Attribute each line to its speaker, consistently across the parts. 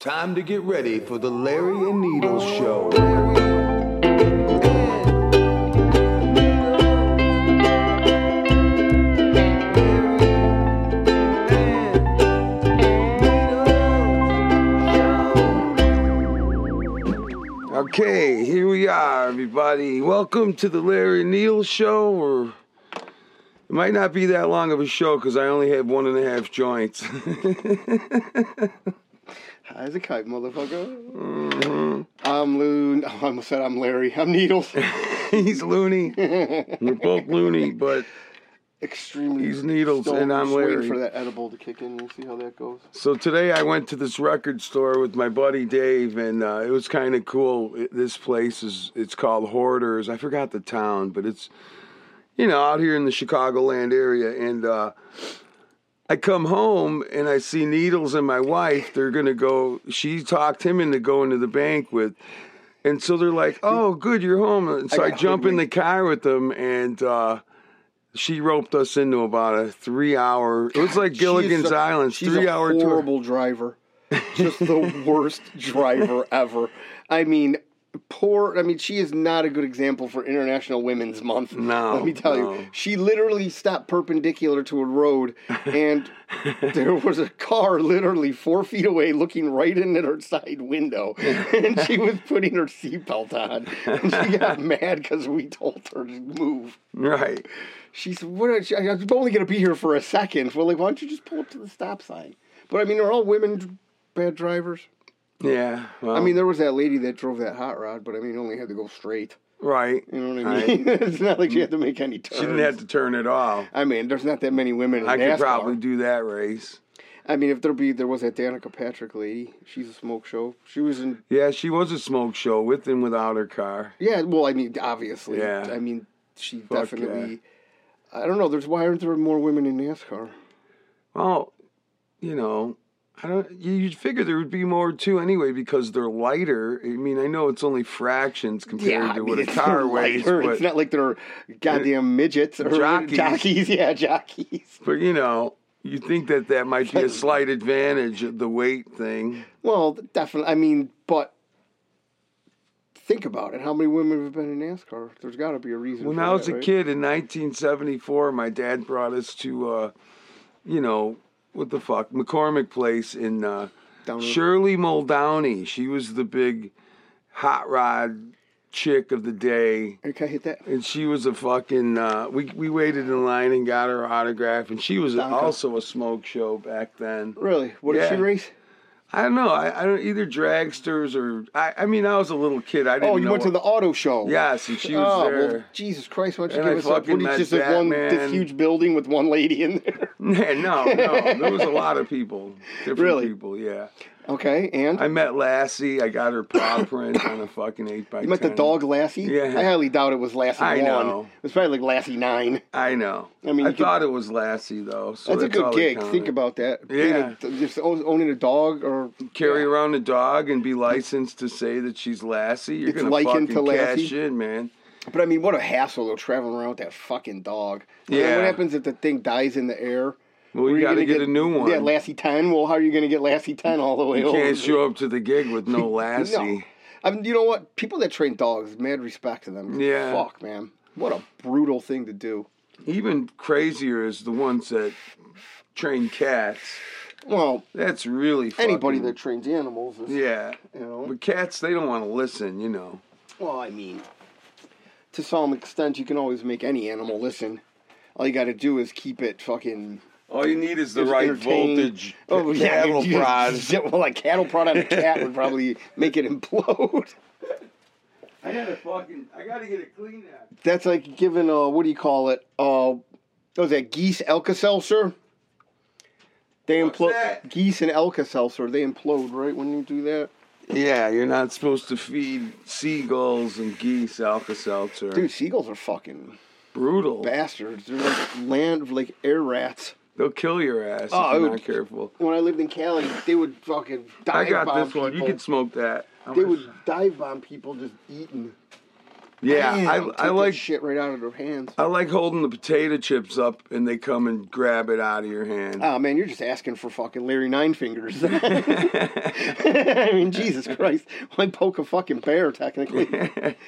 Speaker 1: Time to get ready for the Larry and Needles show. Okay, here we are, everybody. Welcome to the Larry and Needles show. Or it might not be that long of a show because I only have one and a half joints.
Speaker 2: How's it kite, motherfucker?
Speaker 1: Mm-hmm.
Speaker 2: I'm Loon. I almost said I'm Larry. I'm Needles.
Speaker 1: He's loony. We're both loony, but
Speaker 2: Extremely.
Speaker 1: He's Needles
Speaker 2: stoned.
Speaker 1: and I'm
Speaker 2: Just waiting
Speaker 1: Larry.
Speaker 2: for that edible to kick in. We'll see how that goes.
Speaker 1: So today I went to this record store with my buddy Dave, and uh, it was kind of cool. It- This place is it's called Hoarders. I forgot the town, but it's you know out here in the Chicagoland area. And uh, I come home and I see Needles and my wife. They're gonna go. She talked him into going to the bank with. And so they're like, "Oh, good, you're home." And so I,
Speaker 2: I got
Speaker 1: jump in the car with them, and uh, she roped us into about a three-hour. It was like Gilligan's
Speaker 2: She's a-
Speaker 1: Island,
Speaker 2: she's a
Speaker 1: three-hour tour.
Speaker 2: horrible driver. Just the worst driver ever. I mean, poor. I mean, she is not a good example for International Women's Month.
Speaker 1: No,
Speaker 2: let me tell
Speaker 1: no.
Speaker 2: you, she literally stopped perpendicular to a road, and there was a car literally four feet away, looking right in at her side window, and she was putting her seatbelt on. And she got mad because we told her to move.
Speaker 1: Right.
Speaker 2: She said, "What? Are, I'm only gonna be here for a second. Well, like, why don't you just pull up to the stop sign?" But I mean, are all women dr- bad drivers?
Speaker 1: Yeah. Well,
Speaker 2: I mean, there was that lady that drove that hot rod, but I mean, only had to go straight.
Speaker 1: right.
Speaker 2: You know what I mean? it's not like she had to make any turns.
Speaker 1: She didn't have to turn it off.
Speaker 2: I mean, there's not that many women. In
Speaker 1: I
Speaker 2: NASCAR.
Speaker 1: could probably do that race.
Speaker 2: I mean, if there be, there was that Danica Patrick lady. She's a smoke show. She was in.
Speaker 1: Yeah, she was a smoke show with and without her car.
Speaker 2: Yeah. Well, I mean, obviously.
Speaker 1: Yeah.
Speaker 2: I mean, she
Speaker 1: yeah.
Speaker 2: definitely. I don't know. There's why aren't there more women in NASCAR?
Speaker 1: Well, you know, I don't. you- You'd figure there would be more too anyway because they're lighter. I mean, I know it's only fractions compared
Speaker 2: Yeah, I
Speaker 1: to
Speaker 2: mean,
Speaker 1: what a
Speaker 2: it's
Speaker 1: car
Speaker 2: not
Speaker 1: weighs,
Speaker 2: lighter.
Speaker 1: but,
Speaker 2: it's not like they're goddamn midgets or
Speaker 1: Jockeys.
Speaker 2: jockeys. Yeah, jockeys.
Speaker 1: but you know, you think that that might be a slight advantage, the weight thing.
Speaker 2: Well, definitely. I mean, but think about it. How many women have been in NASCAR? There's got to be a reason.
Speaker 1: When
Speaker 2: for
Speaker 1: I was
Speaker 2: that,
Speaker 1: a
Speaker 2: right?
Speaker 1: kid in 1974, my dad brought us to, uh, you know, what the fuck, McCormick Place in uh,
Speaker 2: Down in-
Speaker 1: Shirley Muldowney. She was the big hot rod chick of the day.
Speaker 2: Okay, hit that.
Speaker 1: And she was a fucking. Uh, we we waited in line and got her autograph, and she was
Speaker 2: Donka.
Speaker 1: also a smoke show back then.
Speaker 2: Really? What did
Speaker 1: Yeah.
Speaker 2: she race?
Speaker 1: I don't know. I, I don't either dragsters or I. I mean, I was a little kid. I didn't.
Speaker 2: Oh, you
Speaker 1: know
Speaker 2: went to
Speaker 1: what-
Speaker 2: the auto show.
Speaker 1: Yes, and she was
Speaker 2: oh,
Speaker 1: there.
Speaker 2: well, Jesus Christ! Why don't you
Speaker 1: And I
Speaker 2: give us up?
Speaker 1: fucking
Speaker 2: What,
Speaker 1: met
Speaker 2: just this one,
Speaker 1: Batman.
Speaker 2: this huge building with one lady in there.
Speaker 1: Yeah, no, no. There was a lot of people. Different
Speaker 2: Really?
Speaker 1: people, yeah.
Speaker 2: Okay, and
Speaker 1: I met Lassie. I got her paw print on a fucking 8 by
Speaker 2: you met the dog Lassie.
Speaker 1: Yeah.
Speaker 2: I highly doubt it was Lassie
Speaker 1: I
Speaker 2: one.
Speaker 1: know.
Speaker 2: It was probably like Lassie nine.
Speaker 1: I know. I
Speaker 2: I
Speaker 1: mean,
Speaker 2: mean,
Speaker 1: I
Speaker 2: you could-
Speaker 1: thought it was Lassie, though. So that's,
Speaker 2: That's, a good
Speaker 1: all that
Speaker 2: gig.
Speaker 1: counted.
Speaker 2: Think about that.
Speaker 1: Yeah.
Speaker 2: Being a- just o- owning a dog or
Speaker 1: Carry around a dog and be licensed to say that she's Lassie. You're
Speaker 2: It's
Speaker 1: going to fucking
Speaker 2: likened to
Speaker 1: cash
Speaker 2: Lassie.
Speaker 1: in, man.
Speaker 2: But I mean, what a hassle though, traveling around with that fucking dog. And then
Speaker 1: Yeah.
Speaker 2: What happens if the thing dies in the air?
Speaker 1: Well,
Speaker 2: Where
Speaker 1: you
Speaker 2: you
Speaker 1: got to
Speaker 2: gonna
Speaker 1: get, a new one.
Speaker 2: Yeah, Lassie ten. Well, how are you going to get Lassie ten all the way
Speaker 1: you
Speaker 2: over?
Speaker 1: can't show up to the gig with no Lassie.
Speaker 2: No. I mean, you know what? People that train dogs, mad respect to them.
Speaker 1: Yeah.
Speaker 2: Fuck, man. What a brutal thing to do.
Speaker 1: Even crazier is the ones that train cats.
Speaker 2: Well,
Speaker 1: That's really fucking,
Speaker 2: anybody that trains animals is,
Speaker 1: Yeah.
Speaker 2: you know.
Speaker 1: But cats, they don't want to listen, you know.
Speaker 2: Well, I mean, to some extent, you can always make any animal listen. All you got to do is keep it fucking
Speaker 1: All you need is the
Speaker 2: It's
Speaker 1: right
Speaker 2: entertaining.
Speaker 1: voltage.
Speaker 2: Oh, yeah,
Speaker 1: cattle
Speaker 2: you-
Speaker 1: prod.
Speaker 2: yeah, well, a cattle prod on a cat would probably make it implode.
Speaker 1: I gotta fucking, I gotta get it cleaned out.
Speaker 2: That's like giving uh, what do you call it? Uh, what was that geese Elka Seltzer? They
Speaker 1: What's
Speaker 2: implode.
Speaker 1: that?
Speaker 2: Geese and Elka Seltzer, they implode, right? When you do that,
Speaker 1: Yeah, you're not supposed to feed seagulls and geese Alka-Seltzer.
Speaker 2: dude, seagulls are fucking
Speaker 1: brutal.
Speaker 2: bastards. They're like land, like air rats.
Speaker 1: They'll kill your ass
Speaker 2: Oh,
Speaker 1: if
Speaker 2: it
Speaker 1: you're
Speaker 2: would-
Speaker 1: not careful.
Speaker 2: When I lived in Cali, they would fucking dive
Speaker 1: I got
Speaker 2: bomb
Speaker 1: this one. You
Speaker 2: people.
Speaker 1: can smoke that. I'm
Speaker 2: They
Speaker 1: gonna-
Speaker 2: would dive bomb people just eating.
Speaker 1: Yeah,
Speaker 2: Man,
Speaker 1: I-
Speaker 2: take
Speaker 1: I
Speaker 2: that
Speaker 1: like-
Speaker 2: shit right out of their hands.
Speaker 1: I like holding the potato chips up and they come and grab it out of your hand.
Speaker 2: Oh man, you're just asking for fucking Larry Nine Fingers. I mean, Jesus Christ, why poke a fucking bear? Technically, here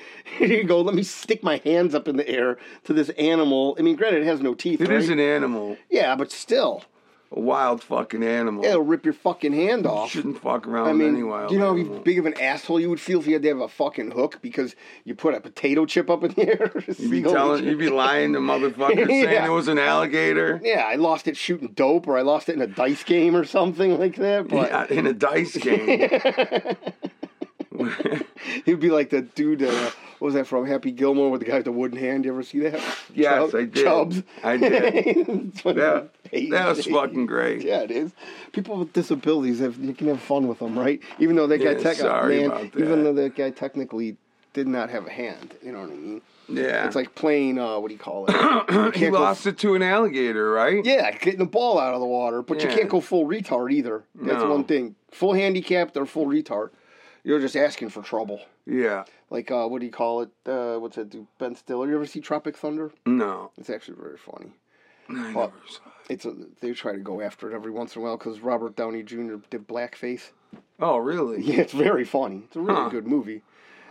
Speaker 2: you go. Let me stick my hands up in the air to this animal. I mean, granted, it has no teeth.
Speaker 1: It
Speaker 2: right?
Speaker 1: is an animal,
Speaker 2: Yeah, but still,
Speaker 1: a wild fucking animal.
Speaker 2: it'll rip your fucking hand
Speaker 1: You
Speaker 2: off.
Speaker 1: shouldn't fuck around
Speaker 2: I
Speaker 1: with
Speaker 2: mean,
Speaker 1: any wild
Speaker 2: do you know
Speaker 1: animal.
Speaker 2: how big of an asshole you would feel if you had to have a fucking hook because you put a potato chip up in the air?
Speaker 1: You'd be telling, you'd be lying to motherfuckers saying
Speaker 2: Yeah.
Speaker 1: it was an alligator
Speaker 2: Yeah, I lost it shooting dope, or I lost it in a dice game, or something like that. But
Speaker 1: Yeah, in a dice game.
Speaker 2: He'd be like that dude. Uh, what was that from Happy Gilmore with the guy with the wooden hand? You ever see that?
Speaker 1: Yes,
Speaker 2: Chubb-
Speaker 1: I did.
Speaker 2: Chubbs.
Speaker 1: I did.
Speaker 2: It's one of
Speaker 1: That,
Speaker 2: the
Speaker 1: that was
Speaker 2: pages.
Speaker 1: fucking great.
Speaker 2: Yeah, it is. People with disabilities have you can have fun with them, right? Even though that guy
Speaker 1: Yeah,
Speaker 2: tech
Speaker 1: sorry
Speaker 2: man,
Speaker 1: about that.
Speaker 2: even though that guy technically did not have a hand, you know what I mean?
Speaker 1: Yeah.
Speaker 2: It's like playing uh, what do you call it? You
Speaker 1: he
Speaker 2: can't go-
Speaker 1: lost it to an alligator, right?
Speaker 2: yeah, getting the ball out of the water, but
Speaker 1: Yeah.
Speaker 2: you can't go full retard either. That's
Speaker 1: No.
Speaker 2: one thing. Full handicapped or full retard, you're just asking for trouble.
Speaker 1: Yeah.
Speaker 2: like uh, what do you call it? Uh, what's that? dude? Ben Stiller. You ever see Tropic Thunder?
Speaker 1: No.
Speaker 2: It's actually very funny.
Speaker 1: I never
Speaker 2: Well-
Speaker 1: saw it.
Speaker 2: It's a, they try to go after it every once in a while because Robert Downey Jr. did blackface.
Speaker 1: Oh, really?
Speaker 2: Yeah, it's very funny. It's a really
Speaker 1: Huh.
Speaker 2: good movie.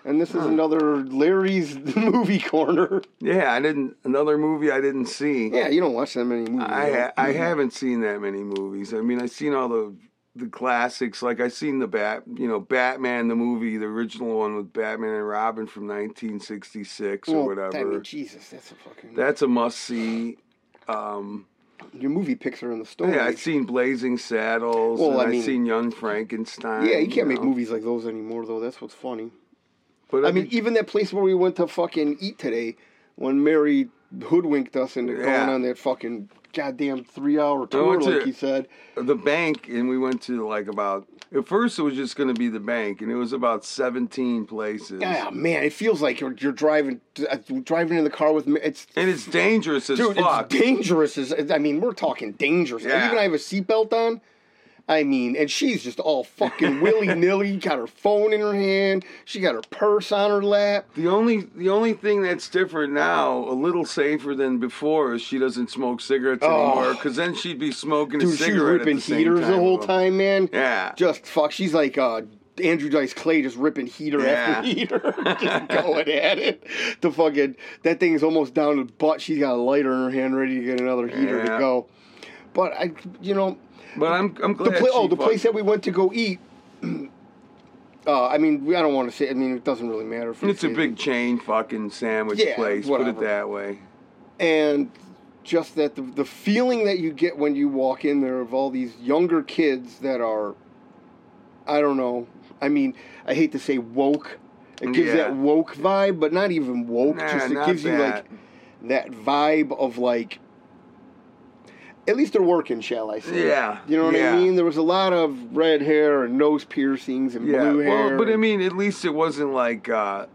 Speaker 2: And this is another Larry's movie corner.
Speaker 1: Yeah, I didn't. Another movie I didn't see.
Speaker 2: Yeah, Mm-hmm. you don't watch that many movies.
Speaker 1: I
Speaker 2: right?
Speaker 1: ha- I haven't seen that many movies. I mean, I've seen all the the classics. Like I've seen the bat, you know, Batman the movie, the original one with Batman and Robin from 1966 or
Speaker 2: Well,
Speaker 1: whatever.
Speaker 2: I mean, Jesus, that's a fucking
Speaker 1: That's a must see. Um,
Speaker 2: your movie picks are in the story.
Speaker 1: yeah, I've seen Blazing Saddles.
Speaker 2: Well,
Speaker 1: and
Speaker 2: I
Speaker 1: I've
Speaker 2: mean-
Speaker 1: seen Young Frankenstein.
Speaker 2: yeah, you can't make
Speaker 1: know.
Speaker 2: movies like those anymore though. That's what's funny.
Speaker 1: But
Speaker 2: I mean, even that place where we went to fucking eat today, when Mary hoodwinked us into
Speaker 1: Yeah.
Speaker 2: going on that fucking goddamn three-hour tour,
Speaker 1: went to-
Speaker 2: like you said.
Speaker 1: the bank, and we went to like about. At first, it was just going to be the bank, and it was about 17 places.
Speaker 2: Ah, man, it feels like you're you're driving uh, driving in the car with me. It's
Speaker 1: And it's dangerous as
Speaker 2: dude,
Speaker 1: fuck.
Speaker 2: it's dangerous. As, I mean, we're talking dangerous.
Speaker 1: Yeah.
Speaker 2: Even I have a seatbelt on. I mean, and she's just all fucking willy nilly. Got her phone in her hand. She got her purse on her lap.
Speaker 1: The only the only thing that's different now, a little safer than before, is she doesn't smoke cigarettes
Speaker 2: Oh.
Speaker 1: anymore. Because then she'd be smoking a
Speaker 2: Dude, she's
Speaker 1: cigarette
Speaker 2: ripping
Speaker 1: at the same
Speaker 2: heaters
Speaker 1: time.
Speaker 2: the whole time, man.
Speaker 1: Yeah.
Speaker 2: just fuck. She's like uh, Andrew Dice Clay, just ripping heater after
Speaker 1: Yeah.
Speaker 2: heater, just going at it. The fucking that thing's almost down to the butt. She's got a lighter in her hand, ready to get another heater
Speaker 1: Yeah.
Speaker 2: to go. But I, you know,
Speaker 1: But I'm I'm
Speaker 2: the
Speaker 1: glad.
Speaker 2: pla- oh,
Speaker 1: she
Speaker 2: the
Speaker 1: fuck-
Speaker 2: place that we went to go eat. Uh, I mean, we- I don't want to say. I mean, it doesn't really matter. If we
Speaker 1: It's a
Speaker 2: say-
Speaker 1: big chain fucking sandwich
Speaker 2: Yeah,
Speaker 1: place. Put
Speaker 2: whatever.
Speaker 1: it that way.
Speaker 2: and just that the, the feeling that you get when you walk in there of all these younger kids that are i don't know i mean i hate to say woke it gives
Speaker 1: Yeah.
Speaker 2: that woke vibe but not even woke
Speaker 1: Nah,
Speaker 2: just it
Speaker 1: not
Speaker 2: gives you
Speaker 1: that.
Speaker 2: like that vibe of like at least they're working shall i say
Speaker 1: Yeah,
Speaker 2: you know what
Speaker 1: yeah.
Speaker 2: i mean there was a lot of red hair and nose piercings and
Speaker 1: Yeah.
Speaker 2: blue hair
Speaker 1: Well, but I
Speaker 2: and-
Speaker 1: mean, at least it wasn't like uh,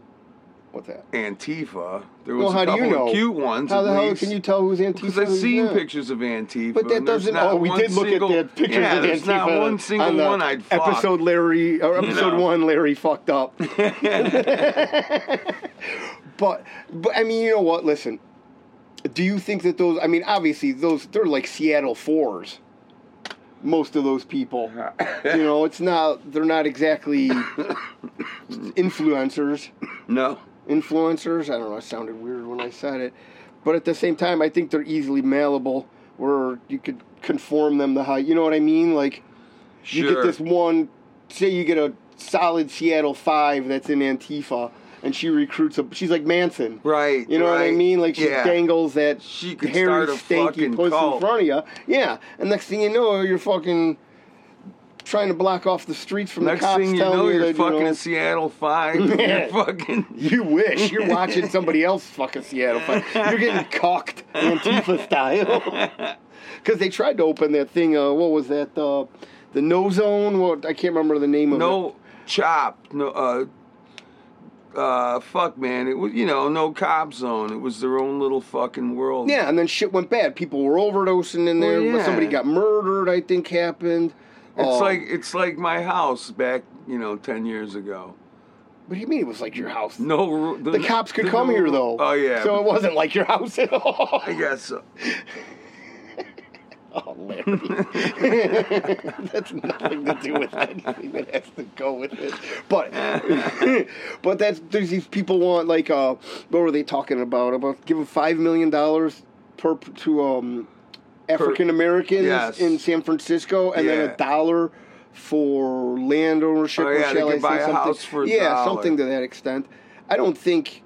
Speaker 2: what's that
Speaker 1: Antifa. There
Speaker 2: well
Speaker 1: was
Speaker 2: how
Speaker 1: a
Speaker 2: do
Speaker 1: couple
Speaker 2: you know
Speaker 1: of cute ones.
Speaker 2: how
Speaker 1: at
Speaker 2: the hell
Speaker 1: least.
Speaker 2: can you tell who's antifa
Speaker 1: Because I've
Speaker 2: who's
Speaker 1: seen
Speaker 2: not?
Speaker 1: pictures of Antifa.
Speaker 2: But that
Speaker 1: and there's
Speaker 2: doesn't.
Speaker 1: not
Speaker 2: Oh, we
Speaker 1: one
Speaker 2: did look
Speaker 1: single-
Speaker 2: at that pictures
Speaker 1: yeah,
Speaker 2: of
Speaker 1: there's
Speaker 2: Antifa.
Speaker 1: not one single
Speaker 2: on the
Speaker 1: one I'd fuck.
Speaker 2: Episode Larry or episode
Speaker 1: know.
Speaker 2: one, Larry fucked up. but but I mean, you know what? Listen, do you think that those? I mean, obviously those they're like Seattle fours. Most of those people, you know, it's not. They're not exactly influencers
Speaker 1: No.
Speaker 2: influencers. I don't know, it sounded weird when I said it. But at the same time, I think they're easily malleable where you could conform them to how, you know what I mean? Like,
Speaker 1: Sure.
Speaker 2: you get this one, say you get a solid Seattle 5 that's in Antifa, and she recruits a, she's like Manson.
Speaker 1: Right.
Speaker 2: You know what I
Speaker 1: right.
Speaker 2: mean? Like, she
Speaker 1: yeah.
Speaker 2: dangles that
Speaker 1: She could
Speaker 2: hairy,
Speaker 1: start a
Speaker 2: stanky
Speaker 1: fucking
Speaker 2: puss in
Speaker 1: cult.
Speaker 2: front of you. Yeah. And next thing you know, you're fucking trying to block off the streets from
Speaker 1: Next
Speaker 2: the cops
Speaker 1: thing you
Speaker 2: telling
Speaker 1: know,
Speaker 2: you
Speaker 1: you're
Speaker 2: that,
Speaker 1: fucking
Speaker 2: you know,
Speaker 1: in Seattle Five. you're fucking.
Speaker 2: You wish you're watching somebody else fucking Seattle. Fight. You're getting cocked Antifa style. Because they tried to open that thing. Uh, what was that? Uh, the no zone. What I can't remember the name of it.
Speaker 1: No chop. No. Uh, uh, fuck, man. It was you know no cop zone. It was their own little fucking world.
Speaker 2: Yeah, and then shit went bad. People were overdosing in there.
Speaker 1: Well, yeah.
Speaker 2: Somebody got murdered. I think happened.
Speaker 1: It's
Speaker 2: Um,
Speaker 1: like it's like my house back you know ten years ago.
Speaker 2: What do you mean it was like your house?
Speaker 1: No, ru-
Speaker 2: The cops could
Speaker 1: the-
Speaker 2: come here though.
Speaker 1: Oh yeah,
Speaker 2: So it wasn't like your house at all.
Speaker 1: I guess uh, so.
Speaker 2: Oh, Larry. that's nothing to do with anything that has to go with it. But but that's there's these people want like uh what were they talking about? About giving five million dollars per to um African Americans
Speaker 1: Yes.
Speaker 2: in San Francisco and then
Speaker 1: Yeah.
Speaker 2: a dollar for land ownership
Speaker 1: Oh,
Speaker 2: or
Speaker 1: yeah, they
Speaker 2: shall I
Speaker 1: could
Speaker 2: say
Speaker 1: buy a
Speaker 2: something.
Speaker 1: house for a
Speaker 2: yeah,
Speaker 1: dollar.
Speaker 2: something to that extent. I don't think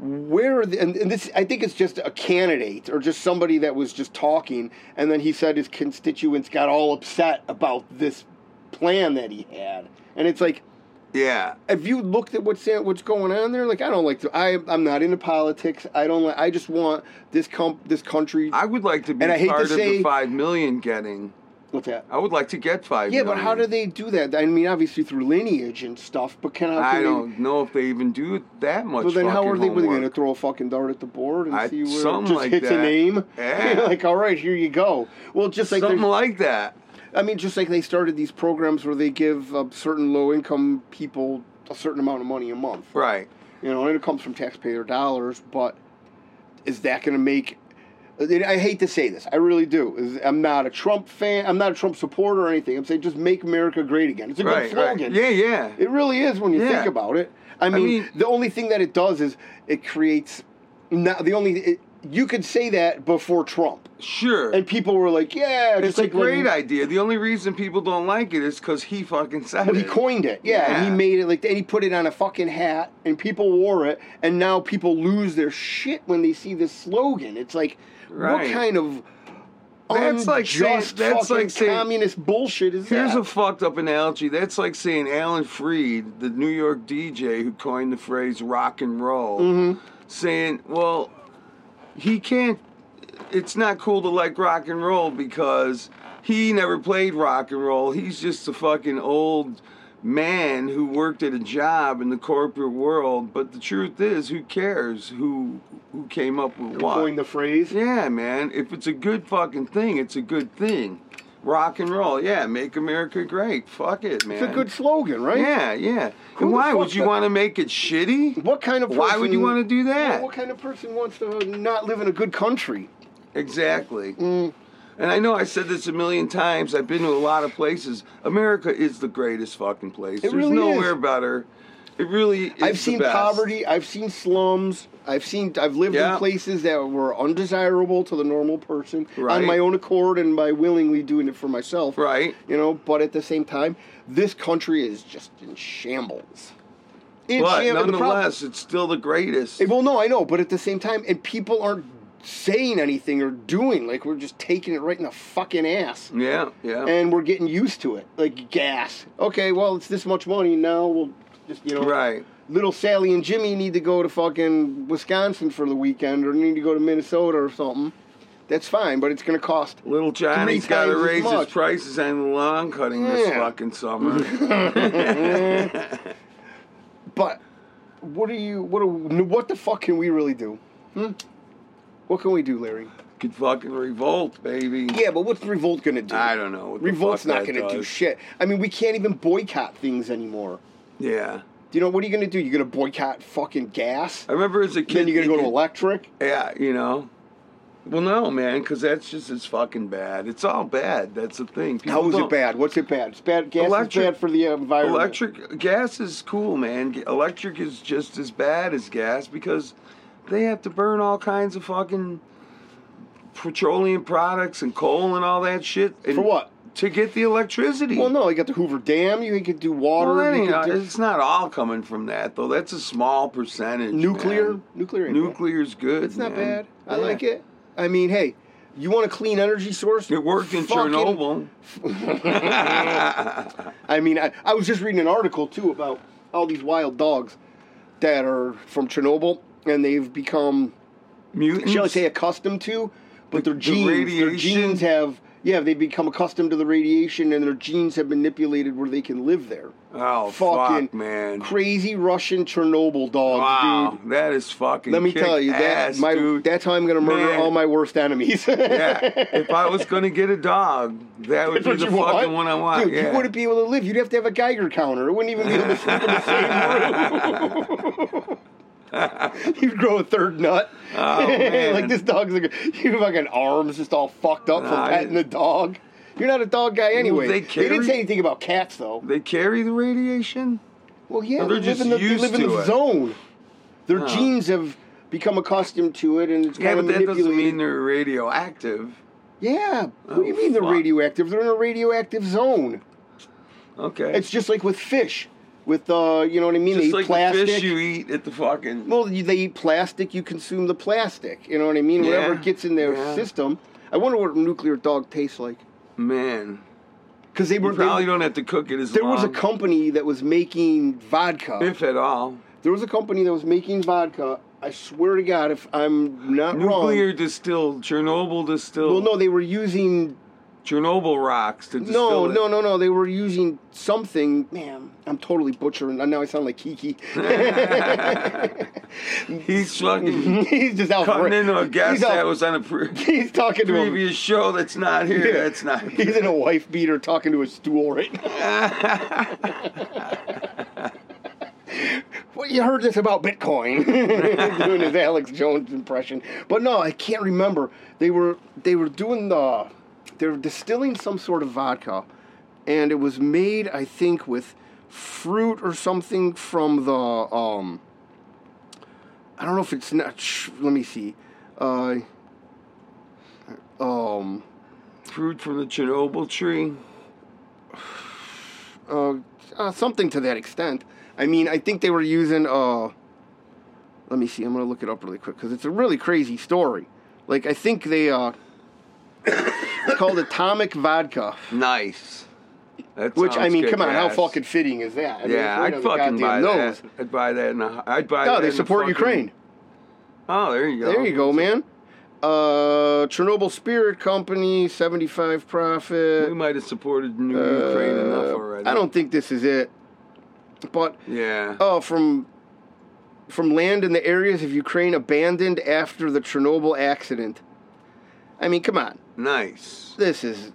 Speaker 2: where are the, and, and this I think it's just a candidate or just somebody that was just talking and then he said his constituents got all upset about this plan that he had and it's like
Speaker 1: Yeah,
Speaker 2: have you looked at what's what's going on there like I don't like to I I'm not into politics I don't like I just want this comp this country
Speaker 1: I would like to be
Speaker 2: And I hate to
Speaker 1: part of
Speaker 2: say-
Speaker 1: the five million getting.
Speaker 2: what's that
Speaker 1: I would like to get five.
Speaker 2: yeah but how do
Speaker 1: million.
Speaker 2: they do that I mean obviously through lineage and stuff but can how can
Speaker 1: I
Speaker 2: they-
Speaker 1: don't know if they even do that much.
Speaker 2: Well, then how
Speaker 1: fucking
Speaker 2: are they? Were they
Speaker 1: homework.
Speaker 2: going to throw a fucking dart at the board and
Speaker 1: I-
Speaker 2: see where
Speaker 1: something
Speaker 2: it just
Speaker 1: like
Speaker 2: hits
Speaker 1: that.
Speaker 2: a name?
Speaker 1: Yeah.
Speaker 2: like, all right, here you go. Well, just like
Speaker 1: Something
Speaker 2: there's-
Speaker 1: like that.
Speaker 2: I mean, just like they started these programs where they give uh, certain low-income people a certain amount of money a month.
Speaker 1: Right.
Speaker 2: You know, and it comes from taxpayer dollars, but is that going to make? I hate to say this, I really do. Is- I'm not a Trump fan. I'm not a Trump supporter or anything. I'm saying just make America great again. It's a
Speaker 1: Right.
Speaker 2: good
Speaker 1: right.
Speaker 2: slogan.
Speaker 1: Yeah, yeah.
Speaker 2: It really is when you
Speaker 1: Yeah.
Speaker 2: think about it. I mean,
Speaker 1: mean-
Speaker 2: the only thing that it does is it creates. Not the only it, you could say that before Trump,
Speaker 1: sure.
Speaker 2: and people were like, "Yeah,
Speaker 1: it's
Speaker 2: just
Speaker 1: a
Speaker 2: like
Speaker 1: great
Speaker 2: when-
Speaker 1: idea. The only reason people don't like it is because he fucking said
Speaker 2: Well, he
Speaker 1: it.
Speaker 2: coined it, yeah, and he
Speaker 1: Yeah.
Speaker 2: made it like, and he put it on a fucking hat, and people wore it, and now people lose their shit when they see this slogan. It's like,
Speaker 1: Right.
Speaker 2: what kind of
Speaker 1: That's like saying-
Speaker 2: unjust
Speaker 1: that's
Speaker 2: fucking
Speaker 1: like saying-
Speaker 2: communist bullshit is
Speaker 1: Here's
Speaker 2: that?
Speaker 1: a fucked up analogy. That's like saying Alan Freed, the New York DJ who coined the phrase rock and roll, saying, well, he can't, it's not cool to like rock and roll because he never played rock and roll. He's just a fucking old man who worked at a job in the corporate world. But the truth is, who cares who who came up with what?
Speaker 2: coined the phrase.
Speaker 1: Yeah, man. If it's a good fucking thing, it's a good thing. Rock and roll, yeah. Make America great. Fuck it, man.
Speaker 2: It's a good slogan, right?
Speaker 1: Yeah, yeah.
Speaker 2: Who
Speaker 1: and
Speaker 2: the
Speaker 1: why
Speaker 2: fuck
Speaker 1: would you
Speaker 2: the-
Speaker 1: want to make it shitty?
Speaker 2: What kind of person,
Speaker 1: Why would you want to do
Speaker 2: Well,
Speaker 1: that?
Speaker 2: What kind of person wants to not live in a good country?
Speaker 1: Exactly.
Speaker 2: Mm.
Speaker 1: And I know I said this a million times. I've been to a lot of places. America is the greatest fucking place. There's
Speaker 2: really
Speaker 1: nowhere
Speaker 2: is.
Speaker 1: better. It really is. the
Speaker 2: I've seen
Speaker 1: best.
Speaker 2: poverty. I've seen slums. I've seen. I've lived
Speaker 1: Yeah.
Speaker 2: in places that were undesirable to the normal person
Speaker 1: Right.
Speaker 2: on my own accord and by willingly doing it for myself.
Speaker 1: Right.
Speaker 2: You know, but at the same time, this country is just in shambles. In
Speaker 1: But
Speaker 2: sham- and the problem-
Speaker 1: nonetheless, it's still the greatest.
Speaker 2: Eh, Well, no, I know, but at the same time, and people aren't saying anything or doing like we're just taking it right in the fucking ass.
Speaker 1: yeah, yeah.
Speaker 2: and we're getting used to it. Like gas. Okay, well it's this much money now. We'll just you know,
Speaker 1: right.
Speaker 2: little Sally and Jimmy need to go to fucking Wisconsin for the weekend, or need to go to Minnesota or something. That's fine, but it's gonna cost.
Speaker 1: Little Johnny's
Speaker 2: Three
Speaker 1: got to
Speaker 2: times as
Speaker 1: raise his
Speaker 2: much.
Speaker 1: prices on lawn cutting this
Speaker 2: Yeah.
Speaker 1: fucking summer.
Speaker 2: But what are you? What are, what the fuck can we really do? Hmm? What can we do, Larry?
Speaker 1: Could fucking revolt, baby.
Speaker 2: Yeah, but what's revolt gonna do?
Speaker 1: I don't know. What the
Speaker 2: Revolt's
Speaker 1: fuck
Speaker 2: not
Speaker 1: that
Speaker 2: gonna do
Speaker 1: does.
Speaker 2: shit. I mean, we can't even boycott things anymore.
Speaker 1: Yeah.
Speaker 2: You know what are you gonna do? You're gonna boycott fucking gas?
Speaker 1: I remember as a kid.
Speaker 2: Then you're gonna go to
Speaker 1: thinking-
Speaker 2: electric?
Speaker 1: Yeah, you know. Well, no, man, because that's just it's fucking bad. It's all bad. That's the thing. People
Speaker 2: How is
Speaker 1: don't-
Speaker 2: it bad? What's it bad? It's bad. Gas
Speaker 1: Electric-
Speaker 2: is bad for the environment.
Speaker 1: Electric gas is cool, man. G- Electric is just as bad as gas because they have to burn all kinds of fucking petroleum products and coal and all that shit. And
Speaker 2: For what?
Speaker 1: To get the electricity.
Speaker 2: Well, no, you got the Hoover Dam. You could do water.
Speaker 1: Well, that
Speaker 2: you
Speaker 1: ain't-
Speaker 2: could do
Speaker 1: it's not all coming from that though. That's a small percentage.
Speaker 2: nuclear.
Speaker 1: man.
Speaker 2: Nuclear. ain't bad.
Speaker 1: Nuclear's good.
Speaker 2: It's not
Speaker 1: man.
Speaker 2: bad. I
Speaker 1: Yeah.
Speaker 2: like it. I mean, hey, you want a clean energy source?
Speaker 1: It worked in
Speaker 2: Fucking-
Speaker 1: Chernobyl.
Speaker 2: I mean, I, I was just reading an article too about all these wild dogs that are from Chernobyl and they've become,
Speaker 1: Mutants.
Speaker 2: shall I say, accustomed to, but their
Speaker 1: the
Speaker 2: genes, their
Speaker 1: radiation?
Speaker 2: genes have yeah, they've become accustomed to the radiation and their genes have manipulated where they can live there.
Speaker 1: Oh
Speaker 2: Fucking
Speaker 1: fuck, man!
Speaker 2: Crazy Russian Chernobyl dogs,
Speaker 1: Wow,
Speaker 2: dude.
Speaker 1: that is fucking.
Speaker 2: Let me tell you that
Speaker 1: kick-ass,
Speaker 2: my
Speaker 1: dude.
Speaker 2: that's how I'm gonna murder
Speaker 1: Man.
Speaker 2: all my worst enemies.
Speaker 1: yeah. If I was gonna get a dog, that would be
Speaker 2: What
Speaker 1: the
Speaker 2: you
Speaker 1: fucking
Speaker 2: want?
Speaker 1: one I want.
Speaker 2: Dude,
Speaker 1: yeah.
Speaker 2: you wouldn't be able to live. You'd have to have a Geiger counter. It wouldn't even be able to sleep in the same room. You'd grow a third nut.
Speaker 1: Oh, man.
Speaker 2: like this dog's like you fucking arms just all fucked up
Speaker 1: Nah,
Speaker 2: from
Speaker 1: I-
Speaker 2: petting the dog. You're not a dog guy anyway.
Speaker 1: they
Speaker 2: didn't
Speaker 1: carry-
Speaker 2: say anything about cats though.
Speaker 1: they carry the radiation.
Speaker 2: Well, yeah,
Speaker 1: They're
Speaker 2: they live
Speaker 1: just
Speaker 2: in the, they
Speaker 1: used
Speaker 2: live in
Speaker 1: to
Speaker 2: the
Speaker 1: it.
Speaker 2: zone. Their
Speaker 1: Huh.
Speaker 2: genes have become accustomed to it, and it's
Speaker 1: Yeah,
Speaker 2: kind
Speaker 1: but
Speaker 2: of
Speaker 1: that
Speaker 2: manipulated.
Speaker 1: doesn't mean they're radioactive.
Speaker 2: yeah, what do you
Speaker 1: Oh,
Speaker 2: mean they're
Speaker 1: fuck.
Speaker 2: radioactive? They're in a radioactive zone.
Speaker 1: Okay.
Speaker 2: It's just like with fish, with uh, you know what I mean.
Speaker 1: just
Speaker 2: they eat
Speaker 1: like
Speaker 2: plastic.
Speaker 1: the fish you eat at the fucking.
Speaker 2: well, you- they eat plastic. You consume the plastic. You know what I mean.
Speaker 1: Yeah,
Speaker 2: Whatever gets in their
Speaker 1: yeah.
Speaker 2: system. I wonder what a nuclear dog tastes like.
Speaker 1: Man,
Speaker 2: Because they
Speaker 1: you
Speaker 2: were they-
Speaker 1: probably don't have to cook it as
Speaker 2: there
Speaker 1: long.
Speaker 2: was a company that was making vodka.
Speaker 1: if at all.
Speaker 2: There was a company that was making vodka. I swear to God, if I'm not
Speaker 1: Nuclear
Speaker 2: wrong.
Speaker 1: distilled, Chernobyl
Speaker 2: Well,
Speaker 1: distilled,
Speaker 2: no, they were using
Speaker 1: Chernobyl rocks to distill
Speaker 2: no,
Speaker 1: it.
Speaker 2: no, no, no. They were using something. Man, I'm totally butchering. Now I sound like Kiki.
Speaker 1: He's fucking
Speaker 2: He's just out.
Speaker 1: cutting
Speaker 2: ra-
Speaker 1: into a guest
Speaker 2: he's out-
Speaker 1: that was on a pre-
Speaker 2: He's talking to him.
Speaker 1: previous show that's not here.
Speaker 2: Yeah.
Speaker 1: That's not.
Speaker 2: He's in a wife beater talking to a stool right now. well, you heard this about Bitcoin. doing his Alex Jones impression. But no, I can't remember. They were they were doing the they were distilling some sort of vodka and it was made, I think, with fruit or something from the um I don't know if it's not sh- let me see. Uh um
Speaker 1: fruit from the Chernobyl tree.
Speaker 2: uh, uh, something to that extent. I mean, I think they were using. Uh, let me see. I'm gonna look it up really quick because it's a really crazy story. Like I think they. Uh, it's called atomic vodka,
Speaker 1: Nice. That
Speaker 2: which I
Speaker 1: sounds
Speaker 2: mean, come on, how
Speaker 1: kick-ass.
Speaker 2: fucking fitting is that? I mean,
Speaker 1: yeah,
Speaker 2: if we
Speaker 1: I'd
Speaker 2: don't
Speaker 1: fucking
Speaker 2: goddamn
Speaker 1: buy
Speaker 2: know.
Speaker 1: that. I'd buy that. In a, I'd buy.
Speaker 2: No,
Speaker 1: that
Speaker 2: they
Speaker 1: in a
Speaker 2: support
Speaker 1: fucking-
Speaker 2: Ukraine.
Speaker 1: Oh, there you go.
Speaker 2: There you go, man. Uh, Chernobyl Spirit Company, 75 profit.
Speaker 1: We might have supported New Ukraine
Speaker 2: Uh,
Speaker 1: enough already.
Speaker 2: I don't think this is it, but
Speaker 1: Yeah.
Speaker 2: Oh, from from land in the areas of Ukraine abandoned after the Chernobyl accident. I mean, come on.
Speaker 1: Nice.
Speaker 2: This is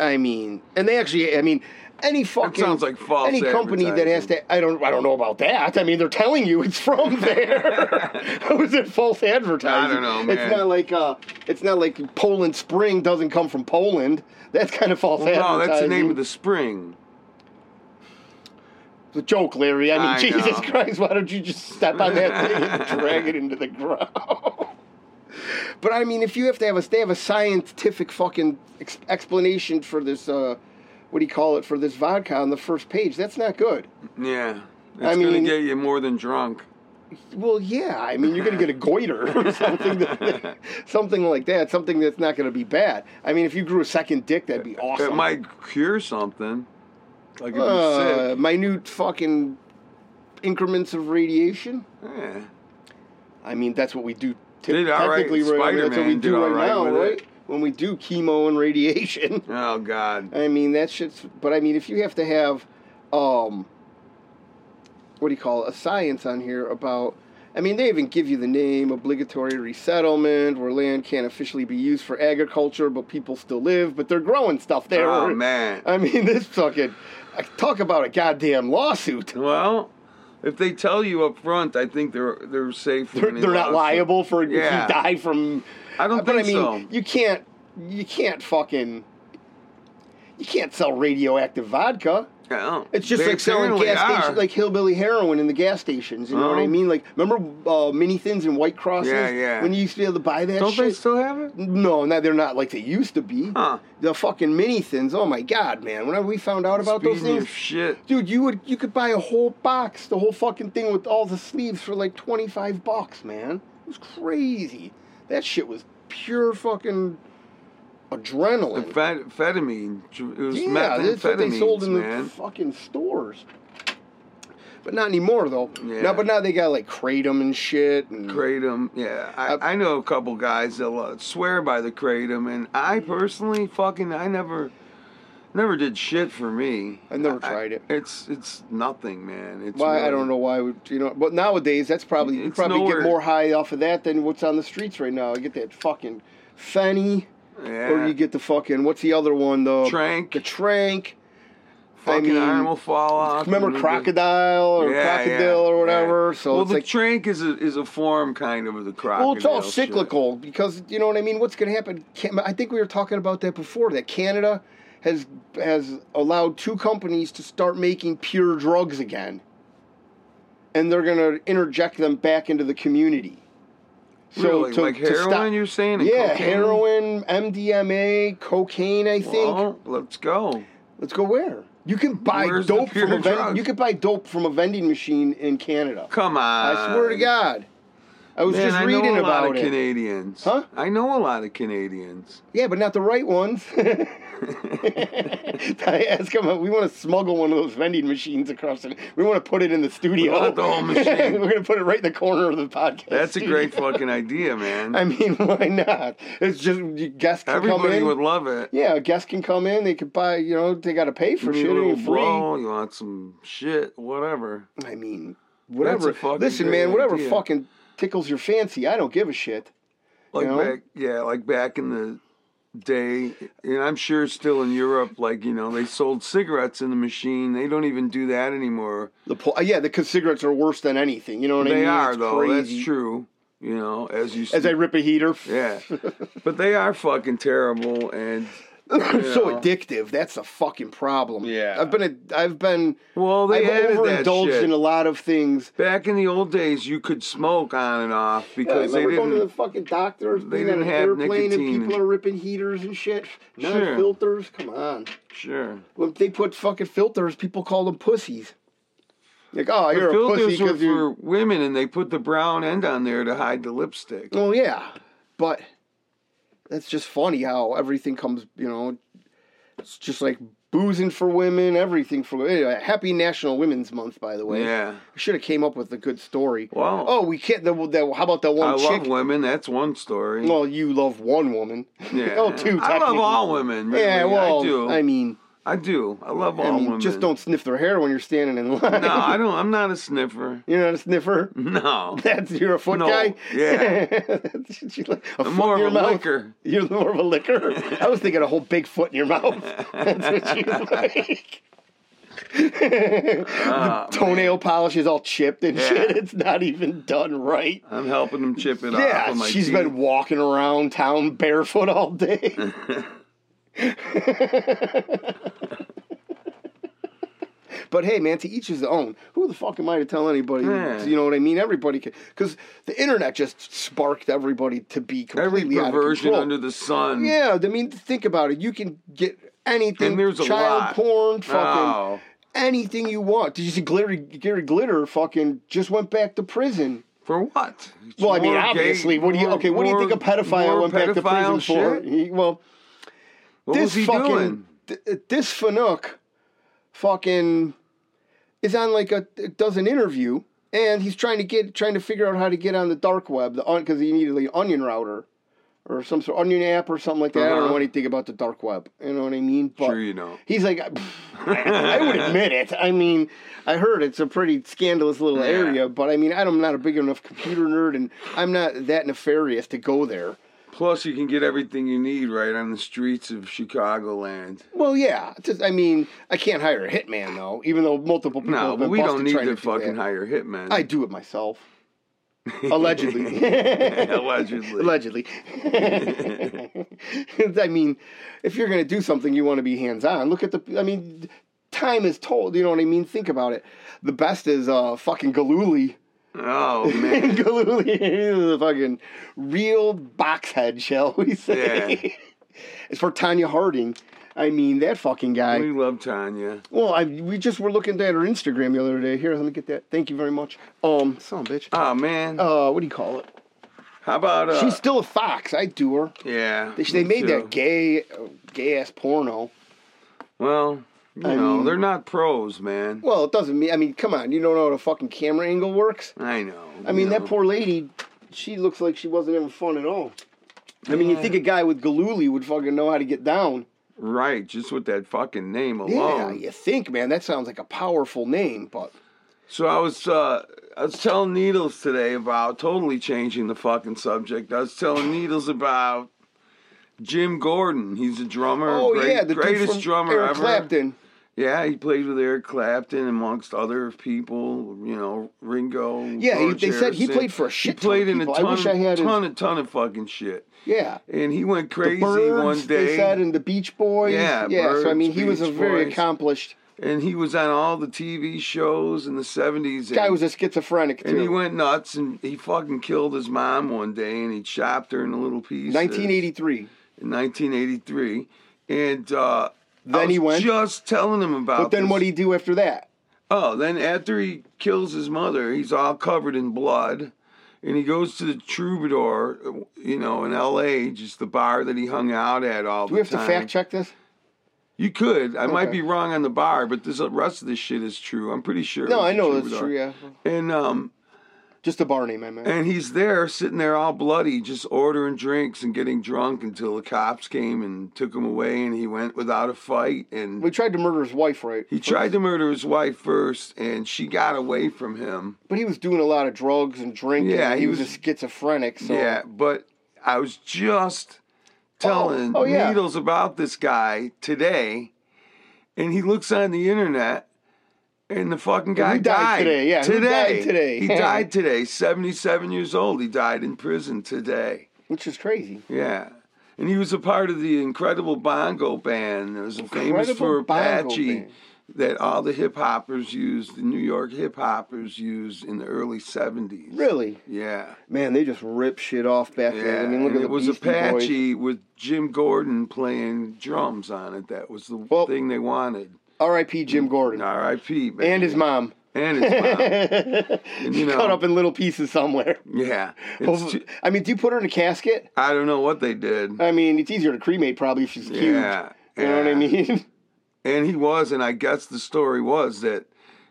Speaker 2: I mean, and they actually I mean, any fucking
Speaker 1: sounds like false
Speaker 2: any company that has to I don't I don't know about that. I mean, they're telling you it's from there. How is it false advertising?
Speaker 1: I don't know, man.
Speaker 2: It's not like uh it's not like Poland Spring doesn't come from Poland. That's kind of false
Speaker 1: No,
Speaker 2: advertising.
Speaker 1: that's the name of the spring.
Speaker 2: It's a joke, Larry. I mean,
Speaker 1: I
Speaker 2: Jesus
Speaker 1: know.
Speaker 2: Christ, why don't you just step on that thing and drag it into the ground? but I mean, if you have to have a, they have a scientific fucking ex- explanation for this, uh, what do you call it, for this vodka on the first page, that's not good.
Speaker 1: Yeah. It's
Speaker 2: I mean-
Speaker 1: gonna get you more than drunk.
Speaker 2: Well, yeah, I mean, you're going to get a goiter or something, that, something like that, something that's not going to be bad. I mean, if you grew a second dick, that'd be awesome.
Speaker 1: It might cure something. Like if you're
Speaker 2: uh,
Speaker 1: sick.
Speaker 2: minute fucking increments of radiation.
Speaker 1: Yeah.
Speaker 2: I mean, that's what we do. T-
Speaker 1: Did all right.
Speaker 2: technically, right, now. that's what we
Speaker 1: Spider-Man did
Speaker 2: do
Speaker 1: all
Speaker 2: right,
Speaker 1: right
Speaker 2: now,
Speaker 1: with it.
Speaker 2: right? When we do chemo and radiation.
Speaker 1: Oh God.
Speaker 2: I mean, that shit's. But I mean, if you have to have, um, what do you call it, a science on here about. I mean, they even give you the name obligatory resettlement, where land can't officially be used for agriculture, but people still live, but they're growing stuff there.
Speaker 1: Oh man.
Speaker 2: I mean, this fucking. I Talk about a goddamn lawsuit.
Speaker 1: Well, if they tell you up front, I think they're they're safe. from
Speaker 2: They're,
Speaker 1: any
Speaker 2: they're not
Speaker 1: lawsuit.
Speaker 2: liable for if
Speaker 1: Yeah.
Speaker 2: you die from
Speaker 1: I don't
Speaker 2: but
Speaker 1: think
Speaker 2: I mean,
Speaker 1: so.
Speaker 2: you can't, you can't fucking, you can't sell radioactive vodka.
Speaker 1: Yeah.
Speaker 2: It's just
Speaker 1: They
Speaker 2: like selling
Speaker 1: apparently
Speaker 2: gas
Speaker 1: are.
Speaker 2: station, like hillbilly heroin in the gas stations. You know what I
Speaker 1: Uh-huh.
Speaker 2: mean? Like, remember uh, mini thins and white crosses?
Speaker 1: Yeah, yeah.
Speaker 2: When you used to be able to buy that
Speaker 1: don't
Speaker 2: shit.
Speaker 1: they still have it?
Speaker 2: no, no, they're not like they used to be.
Speaker 1: Huh.
Speaker 2: The fucking mini thins. Oh my god, man! Whenever we found out about those
Speaker 1: Speeding your
Speaker 2: things,
Speaker 1: shit.
Speaker 2: dude, you would you could buy a whole box, the whole fucking thing with all the sleeves for like twenty five bucks, man. It was crazy. That shit was pure fucking adrenaline.
Speaker 1: Amphetamine. It was
Speaker 2: yeah, that's what they sold in
Speaker 1: methamphetamines, man.
Speaker 2: the fucking stores. But not anymore though.
Speaker 1: Yeah.
Speaker 2: Now, but now they got like kratom and shit. And
Speaker 1: Kratom, yeah. I,
Speaker 2: I-
Speaker 1: I know a couple guys that lo- swear by the kratom, and I
Speaker 2: Mm-hmm.
Speaker 1: personally fucking I never, never did shit for me.
Speaker 2: I've never tried it.
Speaker 1: It's it's nothing, man. It's
Speaker 2: why I
Speaker 1: really-
Speaker 2: don't know why would you know. But nowadays that's probably you
Speaker 1: It's
Speaker 2: probably
Speaker 1: nowhere-
Speaker 2: get more high off of that than what's on the streets right now. You get that fucking fenny,
Speaker 1: Yeah.
Speaker 2: or you get the fucking what's the other one though?
Speaker 1: Trank.
Speaker 2: The trank.
Speaker 1: fucking
Speaker 2: mean,
Speaker 1: animal fall off.
Speaker 2: Remember
Speaker 1: and-
Speaker 2: crocodile or
Speaker 1: Yeah,
Speaker 2: crocodile
Speaker 1: yeah,
Speaker 2: or whatever.
Speaker 1: yeah.
Speaker 2: So
Speaker 1: well,
Speaker 2: it's
Speaker 1: the
Speaker 2: like
Speaker 1: trank is a, is a form kind of of the crocodile.
Speaker 2: Well, it's all
Speaker 1: shit.
Speaker 2: cyclical because you know what I mean. What's going to happen? Can- I think we were talking about that before. That Canada has has allowed two companies to start making pure drugs again, and they're going to interject them back into the community.
Speaker 1: Really,
Speaker 2: to-
Speaker 1: like
Speaker 2: to stop-
Speaker 1: heroin, you're saying? and
Speaker 2: yeah,
Speaker 1: cocaine?
Speaker 2: heroin, MDMA, cocaine. I think.
Speaker 1: Well, let's go.
Speaker 2: Let's go where you can buy
Speaker 1: Where's the
Speaker 2: dope
Speaker 1: pure
Speaker 2: from a vend-
Speaker 1: drugs?
Speaker 2: you can buy dope from a vending machine in Canada.
Speaker 1: Come on.
Speaker 2: I swear to God, I was
Speaker 1: Man,
Speaker 2: just
Speaker 1: I know
Speaker 2: reading
Speaker 1: a lot
Speaker 2: about
Speaker 1: of
Speaker 2: it.
Speaker 1: Canadians.
Speaker 2: Huh?
Speaker 1: I know a lot of Canadians.
Speaker 2: Yeah, but not the right ones. I ask him, we want to smuggle one of those vending machines across the. We want to put it in the studio.
Speaker 1: want the whole machine.
Speaker 2: We're going to put it right in the corner of the podcast.
Speaker 1: That's a
Speaker 2: studio.
Speaker 1: great fucking idea, man.
Speaker 2: I mean, why not? It's just you- guests can come
Speaker 1: Everybody
Speaker 2: in.
Speaker 1: would love it.
Speaker 2: yeah, guests can come in. They could buy. You know, they got to pay
Speaker 1: You
Speaker 2: for
Speaker 1: need
Speaker 2: shit.
Speaker 1: a
Speaker 2: It
Speaker 1: little
Speaker 2: ain't free.
Speaker 1: brawl, you want some shit, whatever.
Speaker 2: I mean, whatever.
Speaker 1: That's a fucking
Speaker 2: Listen,
Speaker 1: great
Speaker 2: man, whatever
Speaker 1: idea.
Speaker 2: fucking tickles your fancy. I don't give a shit.
Speaker 1: Like
Speaker 2: You know?
Speaker 1: back, yeah, like back in the day, and I'm sure still in Europe, like you know, they sold cigarettes in the machine. They don't even do that anymore.
Speaker 2: The pl- yeah, because cigarettes are worse than anything. You know what I
Speaker 1: They
Speaker 2: mean?
Speaker 1: are
Speaker 2: It's
Speaker 1: though.
Speaker 2: crazy.
Speaker 1: That's true. You know, as you
Speaker 2: As I rip a heater.
Speaker 1: yeah, but they are fucking terrible. And
Speaker 2: so
Speaker 1: know?
Speaker 2: addictive. That's the fucking problem.
Speaker 1: Yeah.
Speaker 2: I've been a, I've been
Speaker 1: well, they
Speaker 2: I've
Speaker 1: added that
Speaker 2: overindulged
Speaker 1: shit.
Speaker 2: in a lot of things.
Speaker 1: Back in the old days, you could smoke on and off because they
Speaker 2: remember going to the
Speaker 1: didn't.
Speaker 2: fucking doctor.
Speaker 1: they
Speaker 2: being
Speaker 1: didn't
Speaker 2: on an
Speaker 1: have
Speaker 2: airplane and
Speaker 1: nicotine
Speaker 2: people
Speaker 1: and-
Speaker 2: are ripping heaters and shit. Not
Speaker 1: Sure.
Speaker 2: filters. Come on.
Speaker 1: Sure,
Speaker 2: When they put fucking filters, people call them pussies. Like, oh,
Speaker 1: the
Speaker 2: you're a pussy
Speaker 1: filters were
Speaker 2: because
Speaker 1: for
Speaker 2: you're.
Speaker 1: women, and they put the brown end on there to hide the lipstick.
Speaker 2: Oh yeah, but that's just funny how everything comes. You know, it's just like boozing for women, everything for. Anyway, happy National Women's Month, by the way.
Speaker 1: Yeah.
Speaker 2: I should have came up with a good story.
Speaker 1: Wow.
Speaker 2: Oh, we can't. The, the, how about that one
Speaker 1: I
Speaker 2: chick?
Speaker 1: love women. That's one story.
Speaker 2: Well, you love one woman.
Speaker 1: yeah.
Speaker 2: oh, two.
Speaker 1: I love
Speaker 2: technically.
Speaker 1: all women. Really.
Speaker 2: Yeah, well,
Speaker 1: I do. I,
Speaker 2: mean,
Speaker 1: do. I love all
Speaker 2: I mean,
Speaker 1: women.
Speaker 2: just don't sniff their hair when you're standing in line.
Speaker 1: No, I don't. I'm not a sniffer.
Speaker 2: You're not a sniffer.
Speaker 1: No,
Speaker 2: That's you're a foot
Speaker 1: No,
Speaker 2: guy.
Speaker 1: yeah.
Speaker 2: That's- you like a foot
Speaker 1: I'm
Speaker 2: in
Speaker 1: more
Speaker 2: your
Speaker 1: of a
Speaker 2: mouth.
Speaker 1: liquor.
Speaker 2: You're more of a liquor. I was thinking a whole big foot in your mouth. That's what you like.
Speaker 1: Ah,
Speaker 2: Toenail polish is all chipped and
Speaker 1: Yeah.
Speaker 2: shit. It's not even done right.
Speaker 1: I'm helping them chip it off.
Speaker 2: Yeah,
Speaker 1: of my
Speaker 2: she's
Speaker 1: teeth.
Speaker 2: been walking around town barefoot all day. but hey, man, to each his own. Who the fuck am I to tell anybody?
Speaker 1: Yeah.
Speaker 2: You know what I mean? Everybody can, because the internet just sparked everybody to be completely
Speaker 1: every
Speaker 2: out of
Speaker 1: perversion
Speaker 2: control.
Speaker 1: under the sun.
Speaker 2: Yeah, I mean, think about it. You can get anything.
Speaker 1: And there's a
Speaker 2: child
Speaker 1: lot.
Speaker 2: porn, fucking
Speaker 1: Oh,
Speaker 2: anything you want. Did you see Gary, Gary Glitter? Fucking just went back to prison.
Speaker 1: for what?
Speaker 2: Well, I mean,
Speaker 1: More gay-
Speaker 2: obviously, what do you
Speaker 1: more-
Speaker 2: okay? What do you think a
Speaker 1: more
Speaker 2: pedophile went back to prison
Speaker 1: pedophile
Speaker 2: for?
Speaker 1: shit?
Speaker 2: He, well,
Speaker 1: What
Speaker 2: this
Speaker 1: was he
Speaker 2: fucking
Speaker 1: doing?
Speaker 2: th- uh, this Fanuc fucking is on like a does an interview and he's trying to get trying to figure out how to get on the dark web the because he needed like an onion router or some sort of onion app or something like that. I don't
Speaker 1: Uh-huh.
Speaker 2: know anything about the dark web. You know what I mean? But
Speaker 1: Sure, you know.
Speaker 2: He's like, I, I would admit it. I mean, I heard it's a pretty scandalous little
Speaker 1: Yeah.
Speaker 2: area, but I mean, I'm not a big enough computer nerd, and I'm not that nefarious to go there.
Speaker 1: Plus, you can get everything you need right on the streets of Chicagoland.
Speaker 2: Well, yeah. Just, I mean, I can't hire a hitman though, even though multiple people
Speaker 1: No,
Speaker 2: have been
Speaker 1: but we
Speaker 2: busted
Speaker 1: don't need
Speaker 2: trying
Speaker 1: to
Speaker 2: do
Speaker 1: fucking
Speaker 2: that.
Speaker 1: hire hitmen.
Speaker 2: I do it myself, allegedly.
Speaker 1: Allegedly.
Speaker 2: allegedly. I mean, if you're going to do something, you want to be hands on. Look at the. I mean, time is told. You know what I mean? Think about it. The best is uh, fucking Galooly.
Speaker 1: oh man.
Speaker 2: Galooly is a fucking real box head, shall we say? It's for Tanya Harding. I mean, that fucking guy.
Speaker 1: We love Tanya.
Speaker 2: Well, I we just were looking at her Instagram the other day. Here, let me get that. Thank you very much. Um, son of a bitch.
Speaker 1: Oh man.
Speaker 2: Uh, what do you call it?
Speaker 1: How about uh
Speaker 2: She's still a fox. I do her.
Speaker 1: Yeah.
Speaker 2: They, they
Speaker 1: me
Speaker 2: made
Speaker 1: too.
Speaker 2: that gay, gay ass porno.
Speaker 1: Well, You
Speaker 2: I
Speaker 1: know,
Speaker 2: mean-
Speaker 1: they're not pros, man.
Speaker 2: Well, it doesn't mean. I mean, come on. You don't know how the fucking camera angle works.
Speaker 1: I know.
Speaker 2: I mean,
Speaker 1: you
Speaker 2: that
Speaker 1: know.
Speaker 2: poor lady. She looks like she wasn't having fun at all. I mean, you think a guy with Galooly would fucking know how to get down?
Speaker 1: Right, just with that fucking name
Speaker 2: Yeah,
Speaker 1: alone.
Speaker 2: you think, man. That sounds like a powerful name, but
Speaker 1: So I was uh I was telling Needles today about totally changing the fucking subject. I was telling Needles about Jim Gordon. He's a drummer,
Speaker 2: oh
Speaker 1: great-
Speaker 2: yeah, the dude
Speaker 1: greatest
Speaker 2: from
Speaker 1: drummer
Speaker 2: Eric
Speaker 1: ever.
Speaker 2: Clapton.
Speaker 1: Yeah, he played with Eric Clapton amongst other people. You know, Ringo.
Speaker 2: Yeah, he-
Speaker 1: George
Speaker 2: they said he
Speaker 1: Harrison.
Speaker 2: played for a
Speaker 1: He
Speaker 2: shit ton of
Speaker 1: played in
Speaker 2: people.
Speaker 1: a
Speaker 2: I
Speaker 1: ton,
Speaker 2: wish I had his-
Speaker 1: ton, a ton of fucking shit,
Speaker 2: Yeah,
Speaker 1: and he went crazy
Speaker 2: Birds,
Speaker 1: one
Speaker 2: They said,
Speaker 1: day.
Speaker 2: and the Beach Boys.
Speaker 1: Yeah,
Speaker 2: yeah. so I
Speaker 1: Birds,
Speaker 2: mean, he was a
Speaker 1: Beach
Speaker 2: very
Speaker 1: Boys.
Speaker 2: accomplished
Speaker 1: And he was on all the TV shows in the seventies.
Speaker 2: guy. Was a schizophrenic too.
Speaker 1: And he went nuts, and he fucking killed his mom one day, and he chopped her into little pieces.
Speaker 2: 1983.
Speaker 1: In 1983, and uh, I
Speaker 2: Then he
Speaker 1: was
Speaker 2: went.
Speaker 1: Just telling him about.
Speaker 2: But then
Speaker 1: this.
Speaker 2: what do you do after that?
Speaker 1: Oh, then after he kills his mother, he's all covered in blood, and he goes to the Troubadour, you know, in L.A., just the bar that he hung out at all
Speaker 2: Do
Speaker 1: the
Speaker 2: we have to
Speaker 1: time.
Speaker 2: fact check this?
Speaker 1: You could. I might
Speaker 2: Okay.
Speaker 1: be wrong on the bar, but this the rest of this shit is true. I'm pretty sure. it
Speaker 2: No,
Speaker 1: was
Speaker 2: I
Speaker 1: the
Speaker 2: know that's
Speaker 1: Troubadour.
Speaker 2: true. Yeah,
Speaker 1: And um,
Speaker 2: just a bar name, I meant.
Speaker 1: and he's there sitting there all bloody, just ordering drinks and getting drunk until the cops came and took him away, and he went without a fight. And
Speaker 2: We tried to murder his wife, right?
Speaker 1: he tried to murder his wife first, and she got away from him.
Speaker 2: but he was doing a lot of drugs and drinking.
Speaker 1: Yeah,
Speaker 2: and
Speaker 1: he
Speaker 2: he, was,
Speaker 1: was-
Speaker 2: a schizophrenic. So
Speaker 1: Yeah, but I was just telling
Speaker 2: oh, yeah.
Speaker 1: Needles about this guy today, and he looks on the internet, and the fucking guy
Speaker 2: Who died today? Yeah, who died today?
Speaker 1: He died today, 77 years old. He died in prison today.
Speaker 2: which is crazy.
Speaker 1: Yeah. And he was a part of the Incredible Bongo Band. It was famous for
Speaker 2: Incredible Bongo
Speaker 1: Apache
Speaker 2: Band.
Speaker 1: that all the hip hoppers used, the New York hip hoppers used in the early 70s.
Speaker 2: Really,
Speaker 1: Yeah.
Speaker 2: man, they just rip shit off back
Speaker 1: Yeah.
Speaker 2: then. I mean, look
Speaker 1: and
Speaker 2: at the
Speaker 1: it was
Speaker 2: Beastie Boys.
Speaker 1: Apache with Jim Gordon playing drums on it. That was the
Speaker 2: Well-
Speaker 1: thing they wanted.
Speaker 2: R.I.P. Jim Gordon
Speaker 1: R.I.P. baby.
Speaker 2: and his mom.
Speaker 1: and his mom. And, you know,
Speaker 2: Cut up in little pieces somewhere.
Speaker 1: yeah. It's
Speaker 2: Hopefully-
Speaker 1: ju-
Speaker 2: I mean, do you put her in a casket?
Speaker 1: I don't know what they did.
Speaker 2: I mean, it's easier to cremate probably if she's
Speaker 1: yeah.
Speaker 2: cute. You know what I
Speaker 1: yeah.
Speaker 2: mean?
Speaker 1: And he was, and I guess the story was that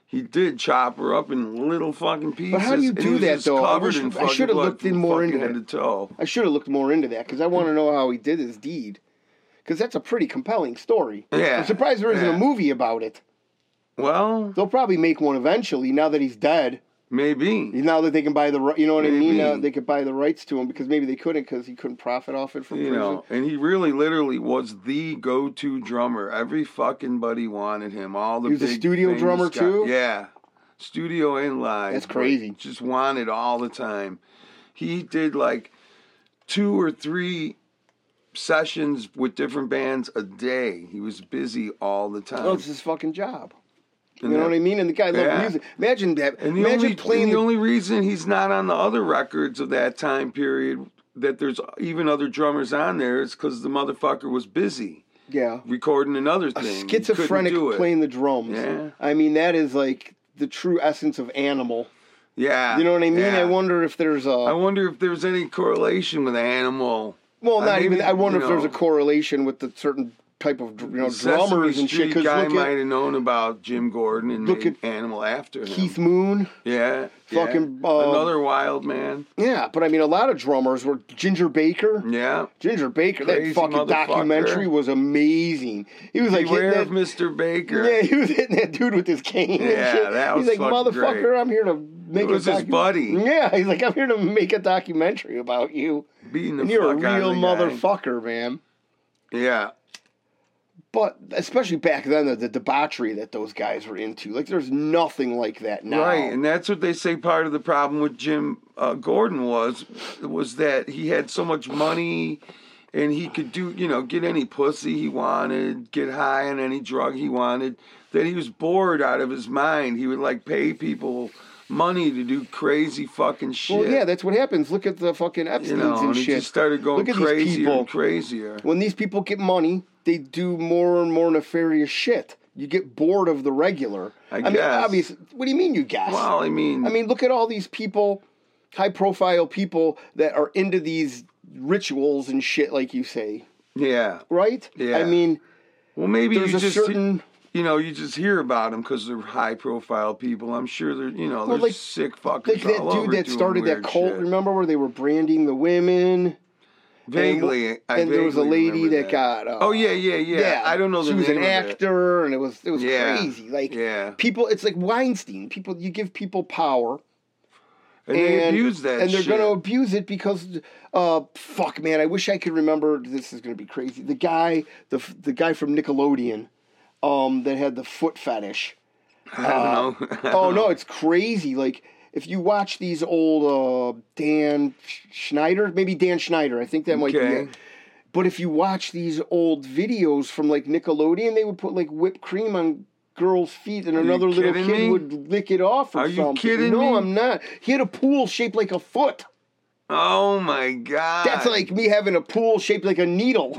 Speaker 1: he did chop her up in little fucking pieces.
Speaker 2: But how do you
Speaker 1: and
Speaker 2: do
Speaker 1: he was
Speaker 2: that,
Speaker 1: just
Speaker 2: though? I
Speaker 1: covered
Speaker 2: wish-
Speaker 1: in
Speaker 2: I
Speaker 1: fucking
Speaker 2: should've
Speaker 1: blood
Speaker 2: looked
Speaker 1: from
Speaker 2: in more
Speaker 1: fucking
Speaker 2: into
Speaker 1: head
Speaker 2: it.
Speaker 1: to toe.
Speaker 2: I should have looked more into that because I want to know how he did his deed. Because that's a pretty compelling story.
Speaker 1: Yeah,
Speaker 2: I'm surprised there isn't
Speaker 1: yeah.
Speaker 2: a movie about it.
Speaker 1: Well,
Speaker 2: They'll probably make one eventually. Now that he's dead,
Speaker 1: maybe.
Speaker 2: now that they can buy the ri- you know what I
Speaker 1: Maybe.
Speaker 2: mean. Now they could buy the rights to him because maybe they couldn't because he couldn't profit off it from
Speaker 1: You
Speaker 2: prison.
Speaker 1: know, and he really, literally was the go-to drummer. Every fucking buddy wanted him. All the
Speaker 2: He was a
Speaker 1: big
Speaker 2: studio
Speaker 1: famous
Speaker 2: drummer,
Speaker 1: guy-
Speaker 2: too?
Speaker 1: Yeah, studio and live.
Speaker 2: That's
Speaker 1: but
Speaker 2: crazy.
Speaker 1: Just wanted all the time. He did like two or three sessions with different bands a day. He was busy all the time.
Speaker 2: Well, it's his fucking job. You
Speaker 1: And
Speaker 2: know
Speaker 1: that-
Speaker 2: what I mean? And the guy loved
Speaker 1: Yeah.
Speaker 2: music. Imagine that.
Speaker 1: And the
Speaker 2: Imagine
Speaker 1: only
Speaker 2: playing
Speaker 1: and the
Speaker 2: the-
Speaker 1: only reason he's not on the other records of that time period that there's even other drummers on there is because the motherfucker was busy
Speaker 2: yeah
Speaker 1: recording another
Speaker 2: a
Speaker 1: thing. He couldn't
Speaker 2: schizophrenic
Speaker 1: do it.
Speaker 2: playing the drums.
Speaker 1: Yeah.
Speaker 2: I mean that is like the true essence of animal.
Speaker 1: Yeah,
Speaker 2: You know what I mean?
Speaker 1: yeah.
Speaker 2: I wonder if there's a
Speaker 1: I wonder if there's any correlation with animal.
Speaker 2: well,
Speaker 1: I
Speaker 2: not
Speaker 1: mean,
Speaker 2: even. I wonder
Speaker 1: you
Speaker 2: if there's
Speaker 1: know.
Speaker 2: a correlation with the certain type of you know
Speaker 1: Sesame
Speaker 2: drummers and
Speaker 1: Street
Speaker 2: shit. Because
Speaker 1: guy
Speaker 2: look
Speaker 1: might
Speaker 2: at
Speaker 1: have known about Jim Gordon and
Speaker 2: Look
Speaker 1: made Animal after him.
Speaker 2: Keith Moon.
Speaker 1: yeah, yeah.
Speaker 2: fucking, um,
Speaker 1: another wild man.
Speaker 2: Yeah, but I mean a lot of drummers were Ginger Baker.
Speaker 1: Yeah,
Speaker 2: Ginger Baker,
Speaker 1: Crazy
Speaker 2: that fucking
Speaker 1: motherfucker.
Speaker 2: documentary was amazing. He was like
Speaker 1: beware of
Speaker 2: hitting that,
Speaker 1: Mr. Baker.
Speaker 2: yeah, he was hitting that dude with his cane.
Speaker 1: Yeah,
Speaker 2: and shit.
Speaker 1: that was
Speaker 2: He's like,
Speaker 1: fucking
Speaker 2: motherfucker,
Speaker 1: great.
Speaker 2: I'm here to make
Speaker 1: it was
Speaker 2: a
Speaker 1: his
Speaker 2: docu-
Speaker 1: buddy
Speaker 2: Yeah, he's like, I'm here to make a documentary about you.
Speaker 1: beating the
Speaker 2: And you're a
Speaker 1: fuck out of
Speaker 2: real
Speaker 1: the guy.
Speaker 2: motherfucker, man.
Speaker 1: Yeah,
Speaker 2: But especially back then, the, the debauchery that those guys were into. Like, there's nothing like that now.
Speaker 1: Right, and that's what they say. Part of the problem with Jim uh, Gordon was was that he had so much money, and he could do you know get any pussy he wanted, get high on any drug he wanted. That he was bored out of his mind. He would like pay people money to do crazy fucking shit.
Speaker 2: well, yeah, that's what happens. Look at the fucking Epstein's
Speaker 1: you know, and,
Speaker 2: and
Speaker 1: he
Speaker 2: shit.
Speaker 1: just started going
Speaker 2: Look at these
Speaker 1: crazier
Speaker 2: people.
Speaker 1: and crazier.
Speaker 2: when these people get money, they do more and more nefarious shit. You get bored of the regular.
Speaker 1: I
Speaker 2: mean,
Speaker 1: guess.
Speaker 2: obviously, what do you mean you guess?
Speaker 1: Well, I mean,
Speaker 2: I mean, look at all these people, high profile people that are into these rituals and shit, like you say,
Speaker 1: yeah,
Speaker 2: right?
Speaker 1: Yeah.
Speaker 2: I mean,
Speaker 1: well, maybe you
Speaker 2: there's a
Speaker 1: just
Speaker 2: certain
Speaker 1: you know, you just hear about them because they're high profile people. I'm sure they're, you know,
Speaker 2: Well,
Speaker 1: they're
Speaker 2: like-
Speaker 1: sick fuckers
Speaker 2: Like that
Speaker 1: all over
Speaker 2: dude that
Speaker 1: doing
Speaker 2: started that
Speaker 1: weird
Speaker 2: cult,
Speaker 1: shit.
Speaker 2: remember where they were branding the women?
Speaker 1: Vaguely,
Speaker 2: and,
Speaker 1: I
Speaker 2: and there was a
Speaker 1: vaguely
Speaker 2: lady
Speaker 1: remember
Speaker 2: that, got. Uh,
Speaker 1: Oh yeah, yeah, yeah. I don't know. The
Speaker 2: She was
Speaker 1: name
Speaker 2: an
Speaker 1: of it.
Speaker 2: actor, and it was it was
Speaker 1: Yeah.
Speaker 2: crazy. Like
Speaker 1: Yeah,
Speaker 2: people, it's like Weinstein. People, you give people power,
Speaker 1: and, they abuse that.
Speaker 2: and they're
Speaker 1: shit.
Speaker 2: gonna abuse it because, uh, fuck, man, I wish I could remember. This is gonna be crazy. The guy, the f- the guy from Nickelodeon, um, that had the foot fetish.
Speaker 1: I don't know. I
Speaker 2: Oh
Speaker 1: don't know.
Speaker 2: no, it's crazy. Like if you watch these old uh, Dan Sch- Schneider, maybe Dan Schneider, I think that might be
Speaker 1: Okay.
Speaker 2: it. But if you watch these old videos from like Nickelodeon, they would put like whipped cream on girls' feet, and
Speaker 1: you
Speaker 2: another little
Speaker 1: kidding
Speaker 2: kid
Speaker 1: me?
Speaker 2: would lick it off or
Speaker 1: Are you
Speaker 2: something.
Speaker 1: kidding
Speaker 2: no,
Speaker 1: me?
Speaker 2: I'm not. He had a pool shaped like a foot.
Speaker 1: Oh my god.
Speaker 2: That's like me having a pool shaped like a needle.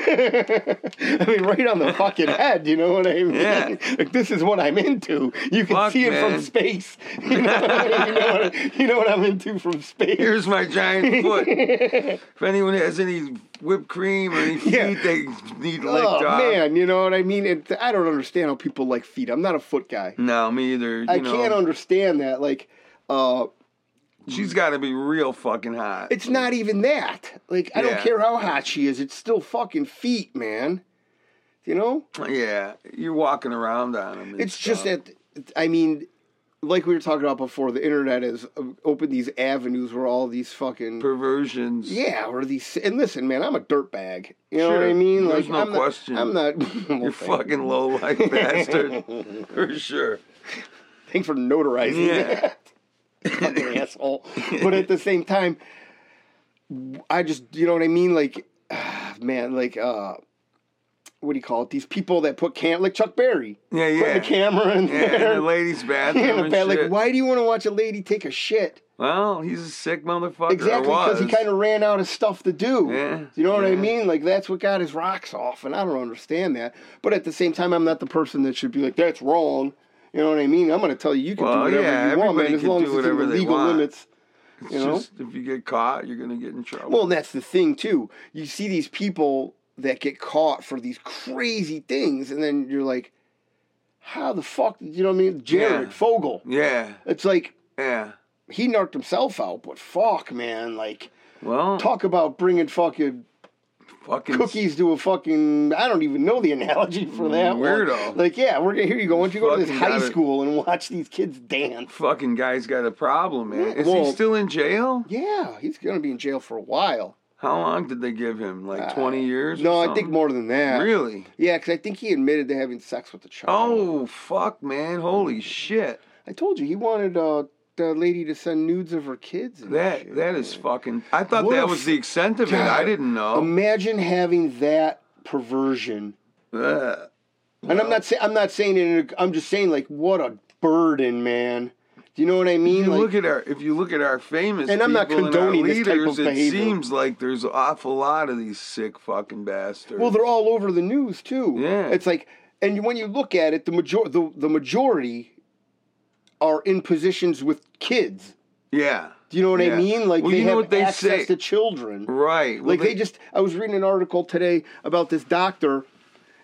Speaker 2: I mean, right on the fucking head. You know what I mean?
Speaker 1: Yeah.
Speaker 2: Like, this is what I'm into. You can
Speaker 1: Fuck,
Speaker 2: see it
Speaker 1: man.
Speaker 2: from space. You know, you, know what, I- you know what I'm into from space.
Speaker 1: Here's my giant foot. if anyone has any whipped cream or any feet
Speaker 2: Yeah.
Speaker 1: they need licked
Speaker 2: Oh
Speaker 1: off.
Speaker 2: man, you know what I mean? It, I don't understand how people like feet. I'm not a foot guy.
Speaker 1: No, me either. Mm, You
Speaker 2: I
Speaker 1: know,
Speaker 2: can't understand that. Like, uh,
Speaker 1: She's got to be real fucking hot.
Speaker 2: it's not even that. Like, I don't
Speaker 1: Yeah.
Speaker 2: care how hot she is. It's still fucking feet, man. You know?
Speaker 1: yeah, you're walking around on them.
Speaker 2: It's just
Speaker 1: uh,
Speaker 2: that I mean, like we were talking about before, the internet has opened these avenues where all these fucking
Speaker 1: perversions.
Speaker 2: yeah, or these and listen, man, I'm a dirtbag. You know what I
Speaker 1: Sure.
Speaker 2: mean?
Speaker 1: There's
Speaker 2: like,
Speaker 1: no
Speaker 2: I'm not-
Speaker 1: question.
Speaker 2: I'm not.
Speaker 1: You're fucking low life bastard. For sure.
Speaker 2: Thanks for notarizing
Speaker 1: Yeah.
Speaker 2: that. fucking asshole. But at the same time, I just, you know what I mean? Like, ah, man, like, uh, what do you call it? These people that put can like Chuck Berry,
Speaker 1: Yeah,
Speaker 2: put
Speaker 1: yeah.
Speaker 2: the camera in
Speaker 1: yeah,
Speaker 2: there.
Speaker 1: in the ladies' bathroom.
Speaker 2: Yeah,
Speaker 1: and
Speaker 2: but, like,
Speaker 1: shit.
Speaker 2: why do you want to watch a lady take a shit?
Speaker 1: Well, he's a sick motherfucker. or
Speaker 2: Exactly, because he
Speaker 1: was.
Speaker 2: kind of ran out of stuff to do.
Speaker 1: Yeah,
Speaker 2: You know what I
Speaker 1: yeah.
Speaker 2: mean? Like, that's what got his rocks off, and I don't understand that. But at the same time, I'm not the person that should be like, that's wrong. You know what I mean? I'm going to tell you, you can
Speaker 1: Well,
Speaker 2: do whatever
Speaker 1: yeah,
Speaker 2: you want,
Speaker 1: everybody
Speaker 2: man, as
Speaker 1: can do
Speaker 2: long as it's in
Speaker 1: whatever
Speaker 2: the
Speaker 1: they
Speaker 2: legal
Speaker 1: want.
Speaker 2: limits.
Speaker 1: It's
Speaker 2: you know?
Speaker 1: just if you get caught, you're gonna get in trouble.
Speaker 2: Well, and that's the thing, too. You see these people that get caught for these crazy things, and then you're like, how the fuck, did you know what I mean? Jared
Speaker 1: Yeah.
Speaker 2: Fogle.
Speaker 1: yeah,
Speaker 2: It's like,
Speaker 1: yeah.
Speaker 2: he narked himself out, but fuck, man, like,
Speaker 1: Well,
Speaker 2: talk about bringing fucking
Speaker 1: fucking
Speaker 2: cookies to a fucking I don't even know the analogy for that one.
Speaker 1: Weirdo.
Speaker 2: Like yeah, we're gonna here you go. Why don't you go to this
Speaker 1: Fucking
Speaker 2: high
Speaker 1: got it.
Speaker 2: school and watch these kids dance?
Speaker 1: fucking guy's got a problem, man. Is
Speaker 2: Well-
Speaker 1: he still in jail?
Speaker 2: Yeah, he's gonna be in jail for a while.
Speaker 1: How long did they give him? Like
Speaker 2: Uh,
Speaker 1: twenty years? or
Speaker 2: No, I think
Speaker 1: something?
Speaker 2: more than that.
Speaker 1: Really?
Speaker 2: Yeah, because I think he admitted to having sex with a child.
Speaker 1: Oh fuck, man! Holy shit!
Speaker 2: I told you he wanted uh, the lady to send nudes of her kids. And
Speaker 1: That
Speaker 2: shit,
Speaker 1: that is
Speaker 2: man.
Speaker 1: fucking. I thought
Speaker 2: What a
Speaker 1: that was the extent of it. I
Speaker 2: God. Um,
Speaker 1: didn't know.
Speaker 2: Imagine having that perversion.
Speaker 1: Ugh.
Speaker 2: And I'm not saying I'm not saying it. In a, I'm just saying like what a burden, man. Do you know what I mean?
Speaker 1: you
Speaker 2: like,
Speaker 1: look at our if you look at our famous
Speaker 2: And I'm not
Speaker 1: people and our
Speaker 2: condoning this type of
Speaker 1: leaders, it
Speaker 2: behavior.
Speaker 1: seems like there's an awful lot of these sick fucking bastards.
Speaker 2: Well, they're all over the news too.
Speaker 1: Yeah.
Speaker 2: It's like, and when you look at it, the major the, the majority are in positions with kids.
Speaker 1: yeah,
Speaker 2: Do you know what I
Speaker 1: Yeah.
Speaker 2: mean? Like
Speaker 1: Well,
Speaker 2: they
Speaker 1: you know
Speaker 2: have
Speaker 1: what they
Speaker 2: access
Speaker 1: say.
Speaker 2: to children.
Speaker 1: right. Well,
Speaker 2: like they, just, I was reading an article today about this doctor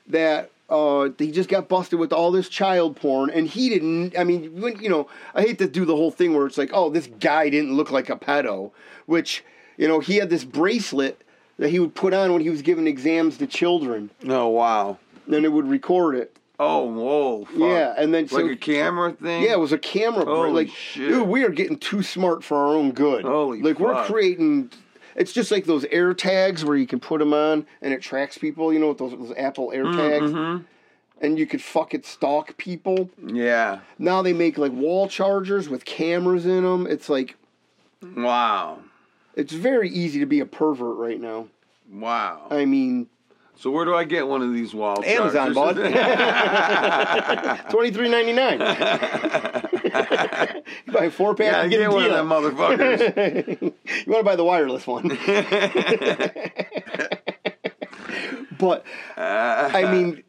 Speaker 2: that. Uh, he just got busted with all this child porn, and he didn't. I mean, when, you know, I hate to do the whole thing where it's like, oh, this guy didn't look like a pedo, which, you know, he had this bracelet that he would put on when he was giving exams to children.
Speaker 1: oh wow,
Speaker 2: then it would record it.
Speaker 1: oh whoa, fuck.
Speaker 2: Yeah, and then
Speaker 1: like
Speaker 2: so
Speaker 1: a camera thing.
Speaker 2: yeah, it was a camera. bra-
Speaker 1: Holy
Speaker 2: like,
Speaker 1: shit.
Speaker 2: dude, we are getting too smart for our own good.
Speaker 1: Holy
Speaker 2: like we're
Speaker 1: fuck.
Speaker 2: creating. It's just like those air tags where you can put them on and it tracks people. You know, with those, those Apple
Speaker 1: Mm,
Speaker 2: air tags,
Speaker 1: mm-hmm.
Speaker 2: and you could fuck it stalk people.
Speaker 1: yeah.
Speaker 2: Now they make like wall chargers with cameras in them. It's like
Speaker 1: Wow,
Speaker 2: it's very easy to be a pervert right now.
Speaker 1: wow.
Speaker 2: I mean,
Speaker 1: So where do I get one of these walls?
Speaker 2: Uh, Amazon, bud. Twenty three ninety nine. Buy a four pack
Speaker 1: yeah,
Speaker 2: and get,
Speaker 1: get
Speaker 2: a
Speaker 1: one of
Speaker 2: deal.
Speaker 1: them motherfuckers.
Speaker 2: you want to buy the wireless one. but
Speaker 1: Ah.
Speaker 2: I mean,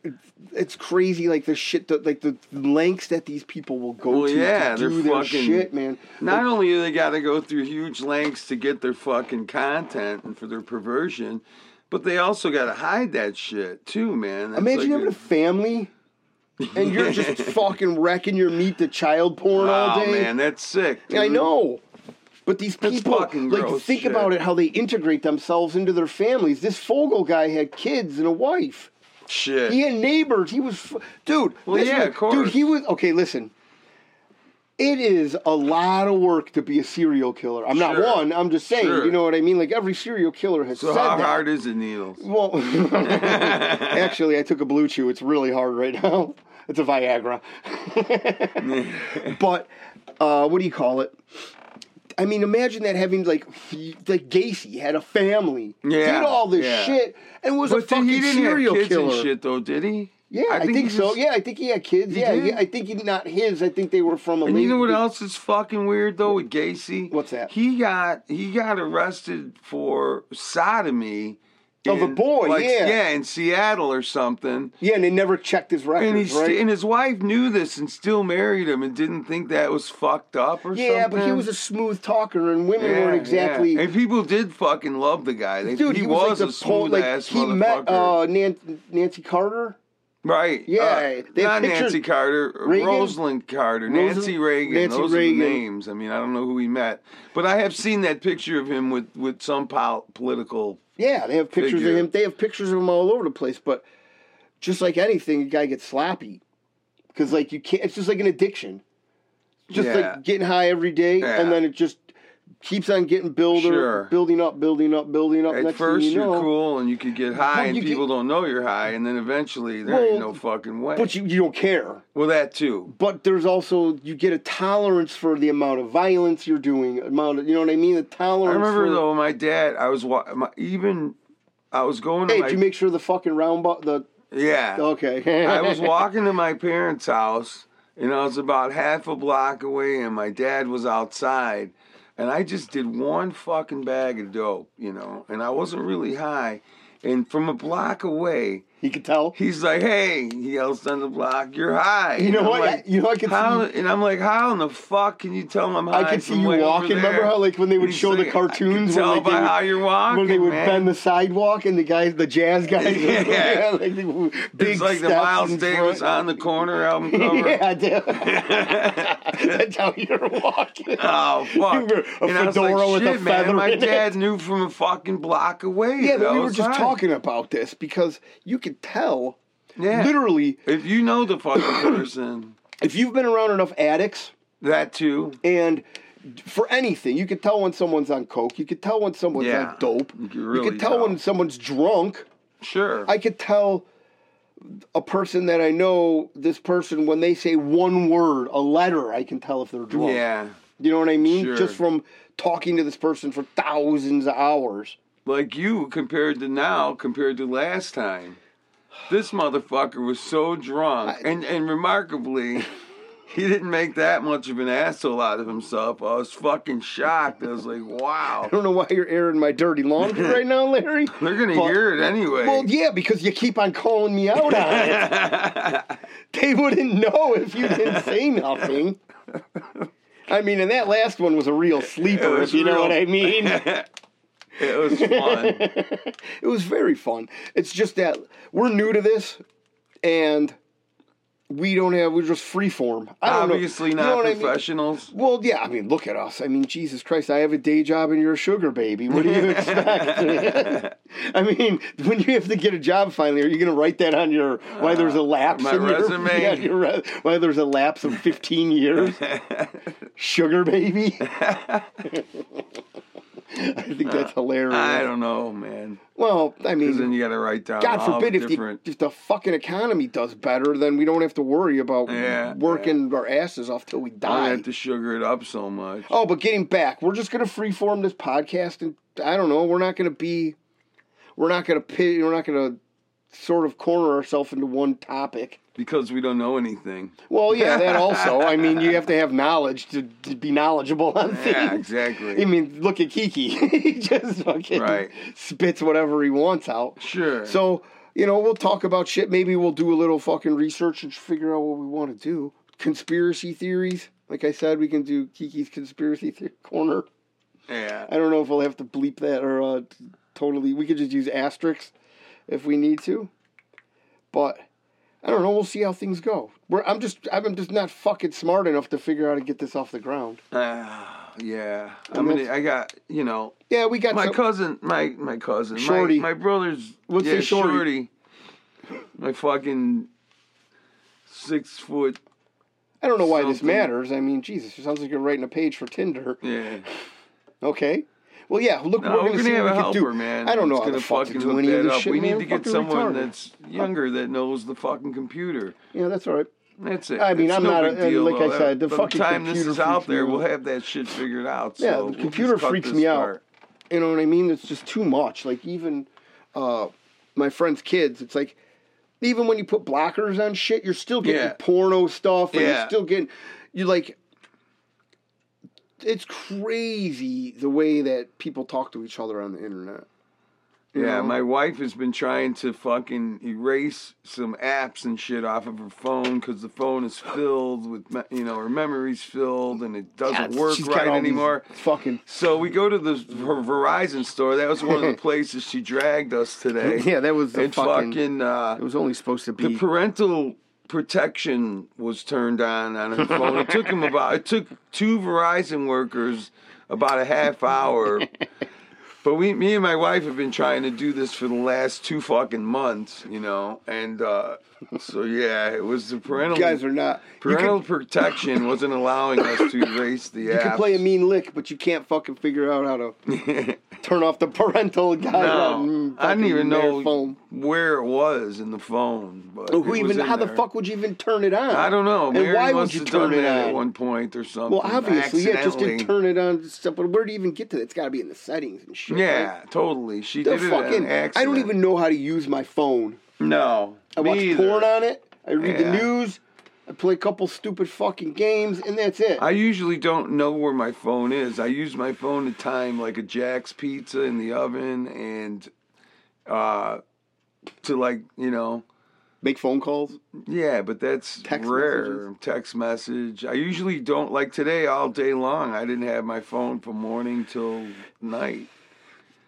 Speaker 2: it's crazy. Like the shit, that, like the lengths that these people will go
Speaker 1: Well,
Speaker 2: to
Speaker 1: yeah,
Speaker 2: to
Speaker 1: they're
Speaker 2: do their
Speaker 1: fucking-
Speaker 2: shit, man.
Speaker 1: Not only do they got to go through huge lengths to get their fucking content and for their perversion, But they also got to hide that shit too, man. That's
Speaker 2: Imagine
Speaker 1: like
Speaker 2: having a family and you're just fucking wrecking your meat to child porn all
Speaker 1: Wow,
Speaker 2: day.
Speaker 1: Oh, man, that's sick.
Speaker 2: Yeah, I
Speaker 1: dude.
Speaker 2: know. But these
Speaker 1: Mm-hmm. That's
Speaker 2: people, like,
Speaker 1: fucking gross
Speaker 2: think
Speaker 1: shit.
Speaker 2: about it, how they integrate themselves into their families. This Fogel guy had kids and a wife.
Speaker 1: Shit.
Speaker 2: He had neighbors. He was, f- dude.
Speaker 1: Well,
Speaker 2: listen
Speaker 1: yeah,
Speaker 2: to-
Speaker 1: of course.
Speaker 2: Dude, he was okay. Listen, it is a lot of work to be a serial killer. I'm
Speaker 1: Sure.
Speaker 2: not one. I'm just saying.
Speaker 1: Sure.
Speaker 2: You know what I mean? Like every serial killer has
Speaker 1: so
Speaker 2: said
Speaker 1: how
Speaker 2: that.
Speaker 1: hard is it, needles?
Speaker 2: Well, actually, I took a blue chew. It's really hard right now. It's a Viagra. but uh, what do you call it? I mean, imagine that having like f- like Gacy had a family,
Speaker 1: Yeah,
Speaker 2: did all this
Speaker 1: yeah.
Speaker 2: shit, and was a
Speaker 1: But then
Speaker 2: fucking
Speaker 1: he didn't
Speaker 2: serial
Speaker 1: have kids
Speaker 2: killer.
Speaker 1: and shit, though, did he?
Speaker 2: Yeah, I, think,
Speaker 1: he
Speaker 2: so.
Speaker 1: just-
Speaker 2: yeah, I think he had kids. yeah,
Speaker 1: did?
Speaker 2: yeah, I think he not his. I think they were from a.
Speaker 1: And you know what
Speaker 2: lady-
Speaker 1: else is fucking weird though with Gacy?
Speaker 2: What's that?
Speaker 1: He got he got arrested for sodomy
Speaker 2: Of a
Speaker 1: in,
Speaker 2: boy,
Speaker 1: like,
Speaker 2: yeah.
Speaker 1: yeah, in Seattle or something.
Speaker 2: Yeah, and they never checked his records,
Speaker 1: And he
Speaker 2: right?
Speaker 1: st- and his wife knew this and still married him and didn't think that was fucked up or something.
Speaker 2: yeah, but he was a smooth talker, and women
Speaker 1: Yeah,
Speaker 2: weren't
Speaker 1: yeah.
Speaker 2: exactly.
Speaker 1: And people did fucking love the guy. They,
Speaker 2: Dude,
Speaker 1: he,
Speaker 2: he,
Speaker 1: was,
Speaker 2: like
Speaker 1: a
Speaker 2: the po-
Speaker 1: smooth
Speaker 2: like
Speaker 1: ass
Speaker 2: he
Speaker 1: motherfucker.
Speaker 2: met uh, Nan- Nancy Carter.
Speaker 1: right?
Speaker 2: yeah,
Speaker 1: uh,
Speaker 2: they
Speaker 1: not
Speaker 2: pictured-
Speaker 1: Nancy Carter, uh,
Speaker 2: Reagan?
Speaker 1: Rosalind Carter,
Speaker 2: Rosa-
Speaker 1: Nancy Reagan.
Speaker 2: Nancy
Speaker 1: those
Speaker 2: Reagan.
Speaker 1: are the names. I mean, I don't know who he met, but I have seen that picture of him with with some pol- political.
Speaker 2: Yeah, they have pictures
Speaker 1: Figure.
Speaker 2: of him. They have pictures of him all over the place. But just like anything, a guy gets sloppy because like you can't. It's just like an addiction. Just
Speaker 1: Yeah.
Speaker 2: like getting high every day,
Speaker 1: Yeah.
Speaker 2: and then it just keeps on getting builder,
Speaker 1: Sure.
Speaker 2: building up, building up, building up.
Speaker 1: At
Speaker 2: Next
Speaker 1: first,
Speaker 2: thing you
Speaker 1: you are
Speaker 2: know,
Speaker 1: cool and you can get high,
Speaker 2: you
Speaker 1: and
Speaker 2: get-
Speaker 1: people don't know you're high, and then eventually there
Speaker 2: Well,
Speaker 1: ain't no fucking way.
Speaker 2: but you, you don't care.
Speaker 1: well, that too.
Speaker 2: But there's also you get a tolerance for the amount of violence you're doing. Amount of you know what I mean. The
Speaker 1: I
Speaker 2: tolerance.
Speaker 1: remember
Speaker 2: for,
Speaker 1: though, my dad. I was wa- my, even. I was going to
Speaker 2: Hey,
Speaker 1: my
Speaker 2: did you make sure the fucking round bu- the
Speaker 1: yeah.
Speaker 2: okay?
Speaker 1: I was walking to my parents' house, and I was about half a block away, and my dad was outside, and I just did one fucking bag of dope, you know, and I wasn't really high. And from a block away,
Speaker 2: You could tell.
Speaker 1: he's like, "Hey!" He yells down the block, "You're high!"
Speaker 2: You know
Speaker 1: And I'm
Speaker 2: what?
Speaker 1: like,
Speaker 2: you know I could
Speaker 1: how?
Speaker 2: see.
Speaker 1: And I'm like, "How in the fuck can you tell him I'm high?"
Speaker 2: I could see
Speaker 1: from
Speaker 2: you
Speaker 1: way over
Speaker 2: walking. Remember
Speaker 1: there?"
Speaker 2: how like when they would
Speaker 1: He's
Speaker 2: show
Speaker 1: like,
Speaker 2: the
Speaker 1: I
Speaker 2: cartoons
Speaker 1: could
Speaker 2: when,
Speaker 1: tell
Speaker 2: like,
Speaker 1: by
Speaker 2: they would,
Speaker 1: how you're walking,
Speaker 2: when they would
Speaker 1: man.
Speaker 2: bend the sidewalk and the guys, the jazz guys,
Speaker 1: Yeah.
Speaker 2: yeah, like, they would- big
Speaker 1: It's like the
Speaker 2: steps
Speaker 1: Miles
Speaker 2: in
Speaker 1: Davis
Speaker 2: front.
Speaker 1: on the corner album cover.
Speaker 2: yeah, dude. that's how you're walking.
Speaker 1: Oh fuck!
Speaker 2: You were a
Speaker 1: and I was like,
Speaker 2: fedora with a
Speaker 1: "Shit, man,
Speaker 2: feather
Speaker 1: My
Speaker 2: in it."
Speaker 1: dad knew from a fucking block away.
Speaker 2: yeah,
Speaker 1: that
Speaker 2: but
Speaker 1: I
Speaker 2: we were
Speaker 1: was
Speaker 2: just
Speaker 1: high.
Speaker 2: talking about this because you could tell,
Speaker 1: Yeah.
Speaker 2: literally,
Speaker 1: If you know the fucking person,
Speaker 2: if you've been around enough addicts
Speaker 1: that too.
Speaker 2: and for anything, you could tell when someone's on coke. You could tell when someone's
Speaker 1: Yeah,
Speaker 2: on dope.
Speaker 1: you could really
Speaker 2: could tell,
Speaker 1: tell.
Speaker 2: when someone's drunk.
Speaker 1: Sure.
Speaker 2: I could tell a person that I know, this person, when they say one word, a letter, I can tell if they're drunk.
Speaker 1: yeah.
Speaker 2: You know what I mean?
Speaker 1: Sure.
Speaker 2: Just from talking to this person for thousands of hours.
Speaker 1: Like you compared to now, compared to last time, this motherfucker was so drunk, and and remarkably. He didn't make that much of an asshole out of himself. I was fucking shocked. I was like, "Wow,
Speaker 2: I don't know why you're airing my dirty laundry right now, Larry.
Speaker 1: they're gonna
Speaker 2: But-
Speaker 1: hear it anyway."
Speaker 2: Well, yeah, because you keep on calling me out on it. they wouldn't know if you didn't say nothing. I mean, and that last one was a real sleeper,
Speaker 1: was
Speaker 2: if you know
Speaker 1: real.
Speaker 2: what I mean.
Speaker 1: it was fun.
Speaker 2: It was very fun. It's just that we're new to this, and we don't have. We're just freeform. I don't know-
Speaker 1: Obviously
Speaker 2: you know
Speaker 1: not
Speaker 2: what I mean?
Speaker 1: professionals.
Speaker 2: Well, yeah. I mean, look at us. I mean, Jesus Christ! I have a day job, and you're a sugar baby. What do you expect? I mean, when you have to get a job finally, are you going to write that on your why there's a lapse
Speaker 1: my
Speaker 2: in your-
Speaker 1: resume.
Speaker 2: yeah, your re- why there's a lapse of 15 years? sugar baby. I think that's hilarious.
Speaker 1: I don't know, man.
Speaker 2: well, I mean,
Speaker 1: 'Cause then you got to write down.
Speaker 2: God
Speaker 1: all
Speaker 2: forbid
Speaker 1: the
Speaker 2: if the,
Speaker 1: Um, different.
Speaker 2: if the fucking economy does better, then we don't have to worry about
Speaker 1: Yeah, Oh,
Speaker 2: working our asses off till we
Speaker 1: I
Speaker 2: die.
Speaker 1: have to sugar it up so much.
Speaker 2: oh, but getting back, we're just gonna freeform this podcast, and I don't know, we're not gonna be, we're not gonna pit, we're not gonna sort of corner ourselves into one topic.
Speaker 1: Because we don't know anything.
Speaker 2: Well, yeah, that also. I mean, you have to have knowledge to, to be knowledgeable on things.
Speaker 1: Yeah,
Speaker 2: I
Speaker 1: exactly.
Speaker 2: mean, look at Kiki. he just fucking
Speaker 1: Right.
Speaker 2: spits whatever he wants out.
Speaker 1: Sure.
Speaker 2: So, you know, we'll talk about shit. Maybe we'll do a little fucking research and figure out what we want to do. Conspiracy theories. Like I said, we can do Kiki's conspiracy theory corner.
Speaker 1: yeah.
Speaker 2: I don't know if we'll have to bleep that or uh, totally. We could just use asterisks if we need to, but I don't know. We'll see how things go. We're, I'm just I'm just not fucking smart enough to figure out how to get this off the ground.
Speaker 1: Ah, yeah. I'm gonna. I got. You know,
Speaker 2: Yeah, we got
Speaker 1: my
Speaker 2: some-
Speaker 1: cousin. My my cousin. my-
Speaker 2: Shorty.
Speaker 1: My, brother's.
Speaker 2: Let's
Speaker 1: yeah,
Speaker 2: say Shorty.
Speaker 1: Shorty. My fucking six foot.
Speaker 2: I don't know why this
Speaker 1: something.
Speaker 2: matters. I mean, Jesus, it sounds like you're writing a page for Tinder.
Speaker 1: Yeah.
Speaker 2: Okay. Well, yeah. Look,
Speaker 1: No,
Speaker 2: we're
Speaker 1: we're
Speaker 2: gonna,
Speaker 1: gonna,
Speaker 2: see
Speaker 1: have
Speaker 2: what
Speaker 1: a
Speaker 2: we can
Speaker 1: helper,
Speaker 2: do.
Speaker 1: man.
Speaker 2: I don't know
Speaker 1: that's
Speaker 2: how to
Speaker 1: gonna fucking
Speaker 2: fucking do
Speaker 1: hook
Speaker 2: any of
Speaker 1: that
Speaker 2: this
Speaker 1: up.
Speaker 2: shit.
Speaker 1: We
Speaker 2: man.
Speaker 1: need to get
Speaker 2: Fucking
Speaker 1: someone
Speaker 2: retarded.
Speaker 1: that's younger that knows the fucking computer.
Speaker 2: Yeah, that's all right.
Speaker 1: That's it.
Speaker 2: I mean,
Speaker 1: It's
Speaker 2: I'm
Speaker 1: no
Speaker 2: not a-
Speaker 1: big deal,
Speaker 2: like I
Speaker 1: though.
Speaker 2: said, the
Speaker 1: By
Speaker 2: fucking
Speaker 1: the time this
Speaker 2: computer
Speaker 1: is out
Speaker 2: freaks me
Speaker 1: there,
Speaker 2: out.
Speaker 1: we'll have that shit figured out.
Speaker 2: Yeah,
Speaker 1: so
Speaker 2: the
Speaker 1: we'll just
Speaker 2: computer
Speaker 1: cut
Speaker 2: freaks
Speaker 1: this
Speaker 2: me out.
Speaker 1: part.
Speaker 2: You know what I mean? It's just too much. Like even uh, my friend's kids, it's like even when you put blockers on shit, you're still getting
Speaker 1: Yeah.
Speaker 2: porno stuff, and you're
Speaker 1: Yeah.
Speaker 2: still getting you like. It's crazy the way that people talk to each other on the internet. you
Speaker 1: Yeah,
Speaker 2: know?
Speaker 1: my wife has been trying to fucking erase some apps and shit off of her phone because the phone is filled with, me- you know, her memory's filled and it doesn't work
Speaker 2: She's got
Speaker 1: right
Speaker 2: all these
Speaker 1: anymore.
Speaker 2: Fucking
Speaker 1: So we go to the her Verizon store. That was one of the places she dragged us today.
Speaker 2: yeah, that was the
Speaker 1: and
Speaker 2: fucking.
Speaker 1: fucking, uh,
Speaker 2: It was only supposed to
Speaker 1: the
Speaker 2: be.
Speaker 1: parental protection was turned on on her phone. It took him about it took two Verizon workers about a half hour. But we, me and my wife have been trying to do this for the last two fucking months, you know, and uh, so yeah, it was the parental
Speaker 2: you guys are not. You can,
Speaker 1: parental protection wasn't allowing us to erase the
Speaker 2: you
Speaker 1: app.
Speaker 2: can play a mean lick, but you can't fucking figure out how to turn off the parental guide.
Speaker 1: no, I didn't even know
Speaker 2: Phone.
Speaker 1: where it was in the phone, but
Speaker 2: Who
Speaker 1: it was
Speaker 2: even?
Speaker 1: in
Speaker 2: How the
Speaker 1: there.
Speaker 2: fuck would you even turn it on?
Speaker 1: I don't know.
Speaker 2: And
Speaker 1: Mary
Speaker 2: why would
Speaker 1: must
Speaker 2: you
Speaker 1: have
Speaker 2: turn
Speaker 1: done
Speaker 2: it
Speaker 1: that
Speaker 2: on?
Speaker 1: at one point or something.
Speaker 2: Well, obviously, yeah, just
Speaker 1: accidentally.
Speaker 2: didn't turn it on. and Stuff, but where do you even get to that? It's got to be in the settings and shit.
Speaker 1: Yeah,
Speaker 2: right?
Speaker 1: totally. She
Speaker 2: the
Speaker 1: did it on
Speaker 2: fucking.
Speaker 1: accident.
Speaker 2: I don't even know how to use my phone.
Speaker 1: No,
Speaker 2: I
Speaker 1: me
Speaker 2: watch
Speaker 1: either.
Speaker 2: porn on it. I read
Speaker 1: Yeah.
Speaker 2: the news. I play a couple stupid fucking games, and that's it.
Speaker 1: I usually don't know where my phone is. I use my phone to time like a Jack's pizza in the oven and uh to like, you know,
Speaker 2: Make phone calls.
Speaker 1: yeah, but that's
Speaker 2: Text
Speaker 1: rare.
Speaker 2: messages?
Speaker 1: Text message. I usually don't like today all day long. I didn't have my phone from morning till night.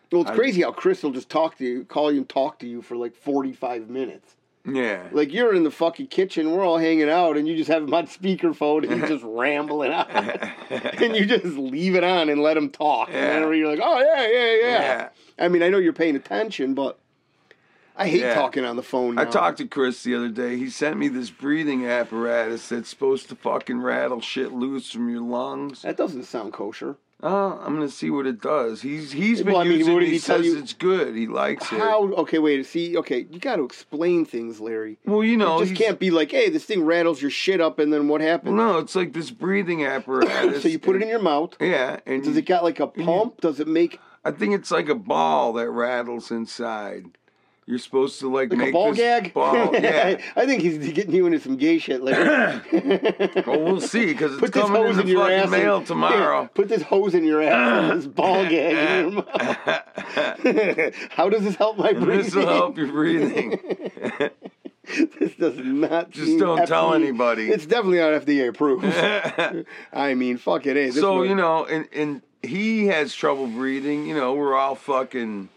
Speaker 2: Well, it's crazy how Chris will just talk to you, call you, and talk to you for like forty-five minutes.
Speaker 1: Yeah.
Speaker 2: Like you're in the fucking kitchen, we're all hanging out, and you just have him on speakerphone, and he's just rambling on, and you just leave it on and let him talk. And
Speaker 1: Yeah.
Speaker 2: then you're like, oh yeah, yeah, yeah,
Speaker 1: Yeah.
Speaker 2: I mean, I know you're paying attention, but I hate
Speaker 1: Yeah.
Speaker 2: talking on the phone.
Speaker 1: I
Speaker 2: now.
Speaker 1: talked to Chris the other day. He sent me this breathing apparatus that's supposed to fucking rattle shit loose from your lungs.
Speaker 2: That doesn't sound kosher.
Speaker 1: Uh, I'm gonna see what it does. He's he's been
Speaker 2: Well, I mean,
Speaker 1: using.
Speaker 2: what
Speaker 1: it.
Speaker 2: did
Speaker 1: He,
Speaker 2: he tell
Speaker 1: says
Speaker 2: you-
Speaker 1: it's good. He likes it.
Speaker 2: How? Okay, wait. See, okay, you got to explain things, Larry.
Speaker 1: Well, Oh, you know,
Speaker 2: You just
Speaker 1: he's-
Speaker 2: can't be like, hey, this thing rattles your shit up, and then what happens?
Speaker 1: No, it's like this breathing apparatus.
Speaker 2: so you put it in your mouth.
Speaker 1: Yeah, and
Speaker 2: Does it got like a pump? Does it make
Speaker 1: I think it's like a ball that rattles inside. You're supposed to like,
Speaker 2: like
Speaker 1: make
Speaker 2: a ball
Speaker 1: this
Speaker 2: gag?
Speaker 1: Ball, yeah.
Speaker 2: I think he's getting you into some gay shit later.
Speaker 1: well, we'll see because it's
Speaker 2: Put this
Speaker 1: coming
Speaker 2: hose
Speaker 1: in
Speaker 2: in,
Speaker 1: the
Speaker 2: your
Speaker 1: fucking
Speaker 2: ass.
Speaker 1: mail
Speaker 2: and-
Speaker 1: tomorrow.
Speaker 2: Yeah, put this hose in your ass. and this ball gag in your mouth. How does this help my breathing?
Speaker 1: This will help your breathing.
Speaker 2: This does not.
Speaker 1: Just
Speaker 2: seem
Speaker 1: don't tell
Speaker 2: FDA
Speaker 1: anybody.
Speaker 2: It's definitely not FDA approved. I mean, fuck it. Hey, this
Speaker 1: so
Speaker 2: one-
Speaker 1: you know, and and he has trouble breathing. You know, we're all fucking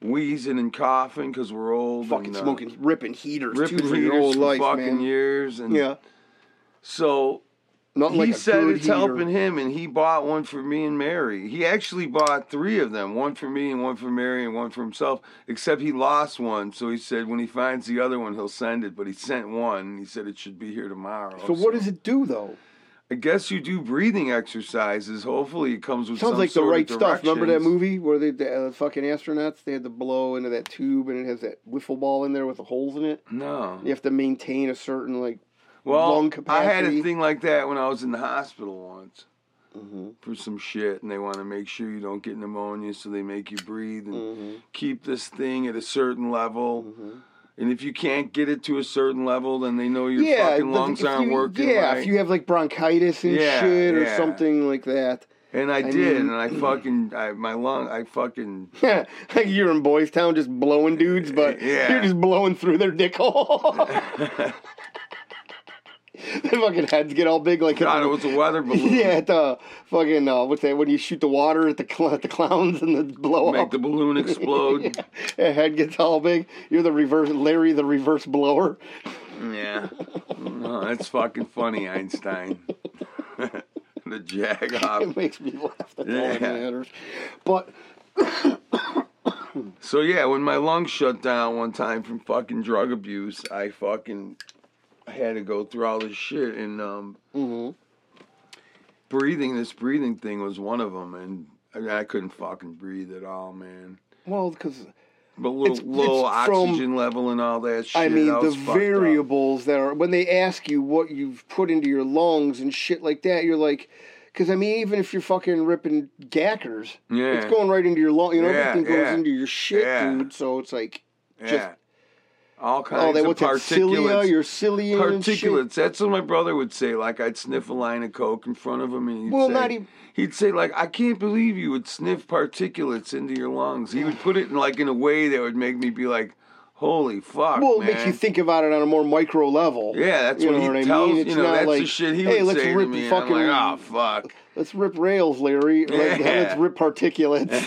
Speaker 1: wheezing and coughing because we're old.
Speaker 2: fucking
Speaker 1: and, uh,
Speaker 2: smoking, ripping heaters,
Speaker 1: ripping
Speaker 2: too, for
Speaker 1: heaters
Speaker 2: your whole
Speaker 1: for
Speaker 2: life,
Speaker 1: fucking
Speaker 2: man.
Speaker 1: years. And
Speaker 2: Yeah,
Speaker 1: so
Speaker 2: not
Speaker 1: he
Speaker 2: like a
Speaker 1: said
Speaker 2: good
Speaker 1: it's
Speaker 2: heater.
Speaker 1: helping him, and he bought one for me and Mary. He actually bought three of them: one for me, and one for Mary, and one for himself. Except he lost one, so he said when he finds the other one, he'll send it. But he sent one. He said it should be here tomorrow.
Speaker 2: So what does it do though?
Speaker 1: I guess you do breathing exercises. Hopefully, it comes with
Speaker 2: Sounds
Speaker 1: some
Speaker 2: like the
Speaker 1: sort of
Speaker 2: right stuff. Remember that
Speaker 1: directions.
Speaker 2: movie where they, the uh, fucking astronauts they had to blow into that tube and it has that wiffle ball in there with the holes in it.
Speaker 1: No.
Speaker 2: You have to maintain a certain like.
Speaker 1: Well,
Speaker 2: lung
Speaker 1: I had a
Speaker 2: capacity.
Speaker 1: thing like that when I was in the hospital once for some shit, and they want to make sure you don't get pneumonia, so they make you breathe and
Speaker 2: Mm.
Speaker 1: keep this thing at a certain level. And if you can't get it to a certain level, then they know your
Speaker 2: yeah,
Speaker 1: fucking
Speaker 2: but
Speaker 1: lungs
Speaker 2: if
Speaker 1: aren't
Speaker 2: you-
Speaker 1: working
Speaker 2: Yeah,
Speaker 1: right.
Speaker 2: if you have like bronchitis and
Speaker 1: Yeah,
Speaker 2: shit or
Speaker 1: yeah.
Speaker 2: something like that.
Speaker 1: and I,
Speaker 2: I
Speaker 1: did,
Speaker 2: mean- mm.
Speaker 1: and I fucking, I, my lung, I fucking,
Speaker 2: Yeah, like you're in Boys Town just blowing dudes, but
Speaker 1: Yeah.
Speaker 2: you're just blowing through their dick hole. the fucking heads get all big like
Speaker 1: God, it was a weather balloon.
Speaker 2: yeah, at the fucking uh, what's that? When you shoot the water at the cl- at the clowns and the blow
Speaker 1: Make
Speaker 2: up,
Speaker 1: the balloon explode.
Speaker 2: the head gets all big. You're the reverse Larry, the reverse blower.
Speaker 1: Yeah. No, that's fucking funny, Einstein. the jag off.
Speaker 2: It makes me laugh. That's all
Speaker 1: Yeah.
Speaker 2: that matters. But
Speaker 1: So yeah, when my lungs shut down one time from fucking drug abuse, I fucking had to go through all this shit and um
Speaker 2: mhm.
Speaker 1: breathing this breathing thing was one of them and I, mean, I couldn't fucking breathe at all, man.
Speaker 2: well, because
Speaker 1: But low,
Speaker 2: It's-
Speaker 1: low
Speaker 2: it's from-
Speaker 1: oxygen level and all that shit.
Speaker 2: I mean,
Speaker 1: I
Speaker 2: the
Speaker 1: was fucked up.
Speaker 2: variables that are when they ask you what you've put into your lungs and shit like that, you're like, because I mean, even if you're fucking ripping gackers,
Speaker 1: Yeah.
Speaker 2: it's going right into your lung. You know,
Speaker 1: Yeah,
Speaker 2: everything goes
Speaker 1: yeah.
Speaker 2: into your shit,
Speaker 1: Yeah.
Speaker 2: dude. So it's like,
Speaker 1: yeah.
Speaker 2: just-
Speaker 1: all
Speaker 2: oh,
Speaker 1: kinds
Speaker 2: they
Speaker 1: of
Speaker 2: what's that cilia,
Speaker 1: particulates.
Speaker 2: your cilia, and shit.
Speaker 1: particulates. That's what my brother would say. Like I'd sniff a line of coke in front of him, and he'd
Speaker 2: Well,
Speaker 1: say,
Speaker 2: not e-, even-
Speaker 1: he'd say like I can't believe you would sniff particulates into your lungs. He would put it in like in a way that would make me be like, holy fuck,
Speaker 2: Well, it
Speaker 1: man.
Speaker 2: makes you think about it on a more micro level.
Speaker 1: Yeah, that's
Speaker 2: You
Speaker 1: what
Speaker 2: know
Speaker 1: he
Speaker 2: what I
Speaker 1: tells
Speaker 2: mean? It's
Speaker 1: you know.
Speaker 2: not
Speaker 1: That's the
Speaker 2: like,
Speaker 1: shit he
Speaker 2: "Hey,
Speaker 1: would
Speaker 2: let's
Speaker 1: say
Speaker 2: rip
Speaker 1: to me.
Speaker 2: fucking-
Speaker 1: and I'm like, oh fuck.
Speaker 2: Let's rip rails, Larry. Like,
Speaker 1: Yeah.
Speaker 2: Let's rip particulates.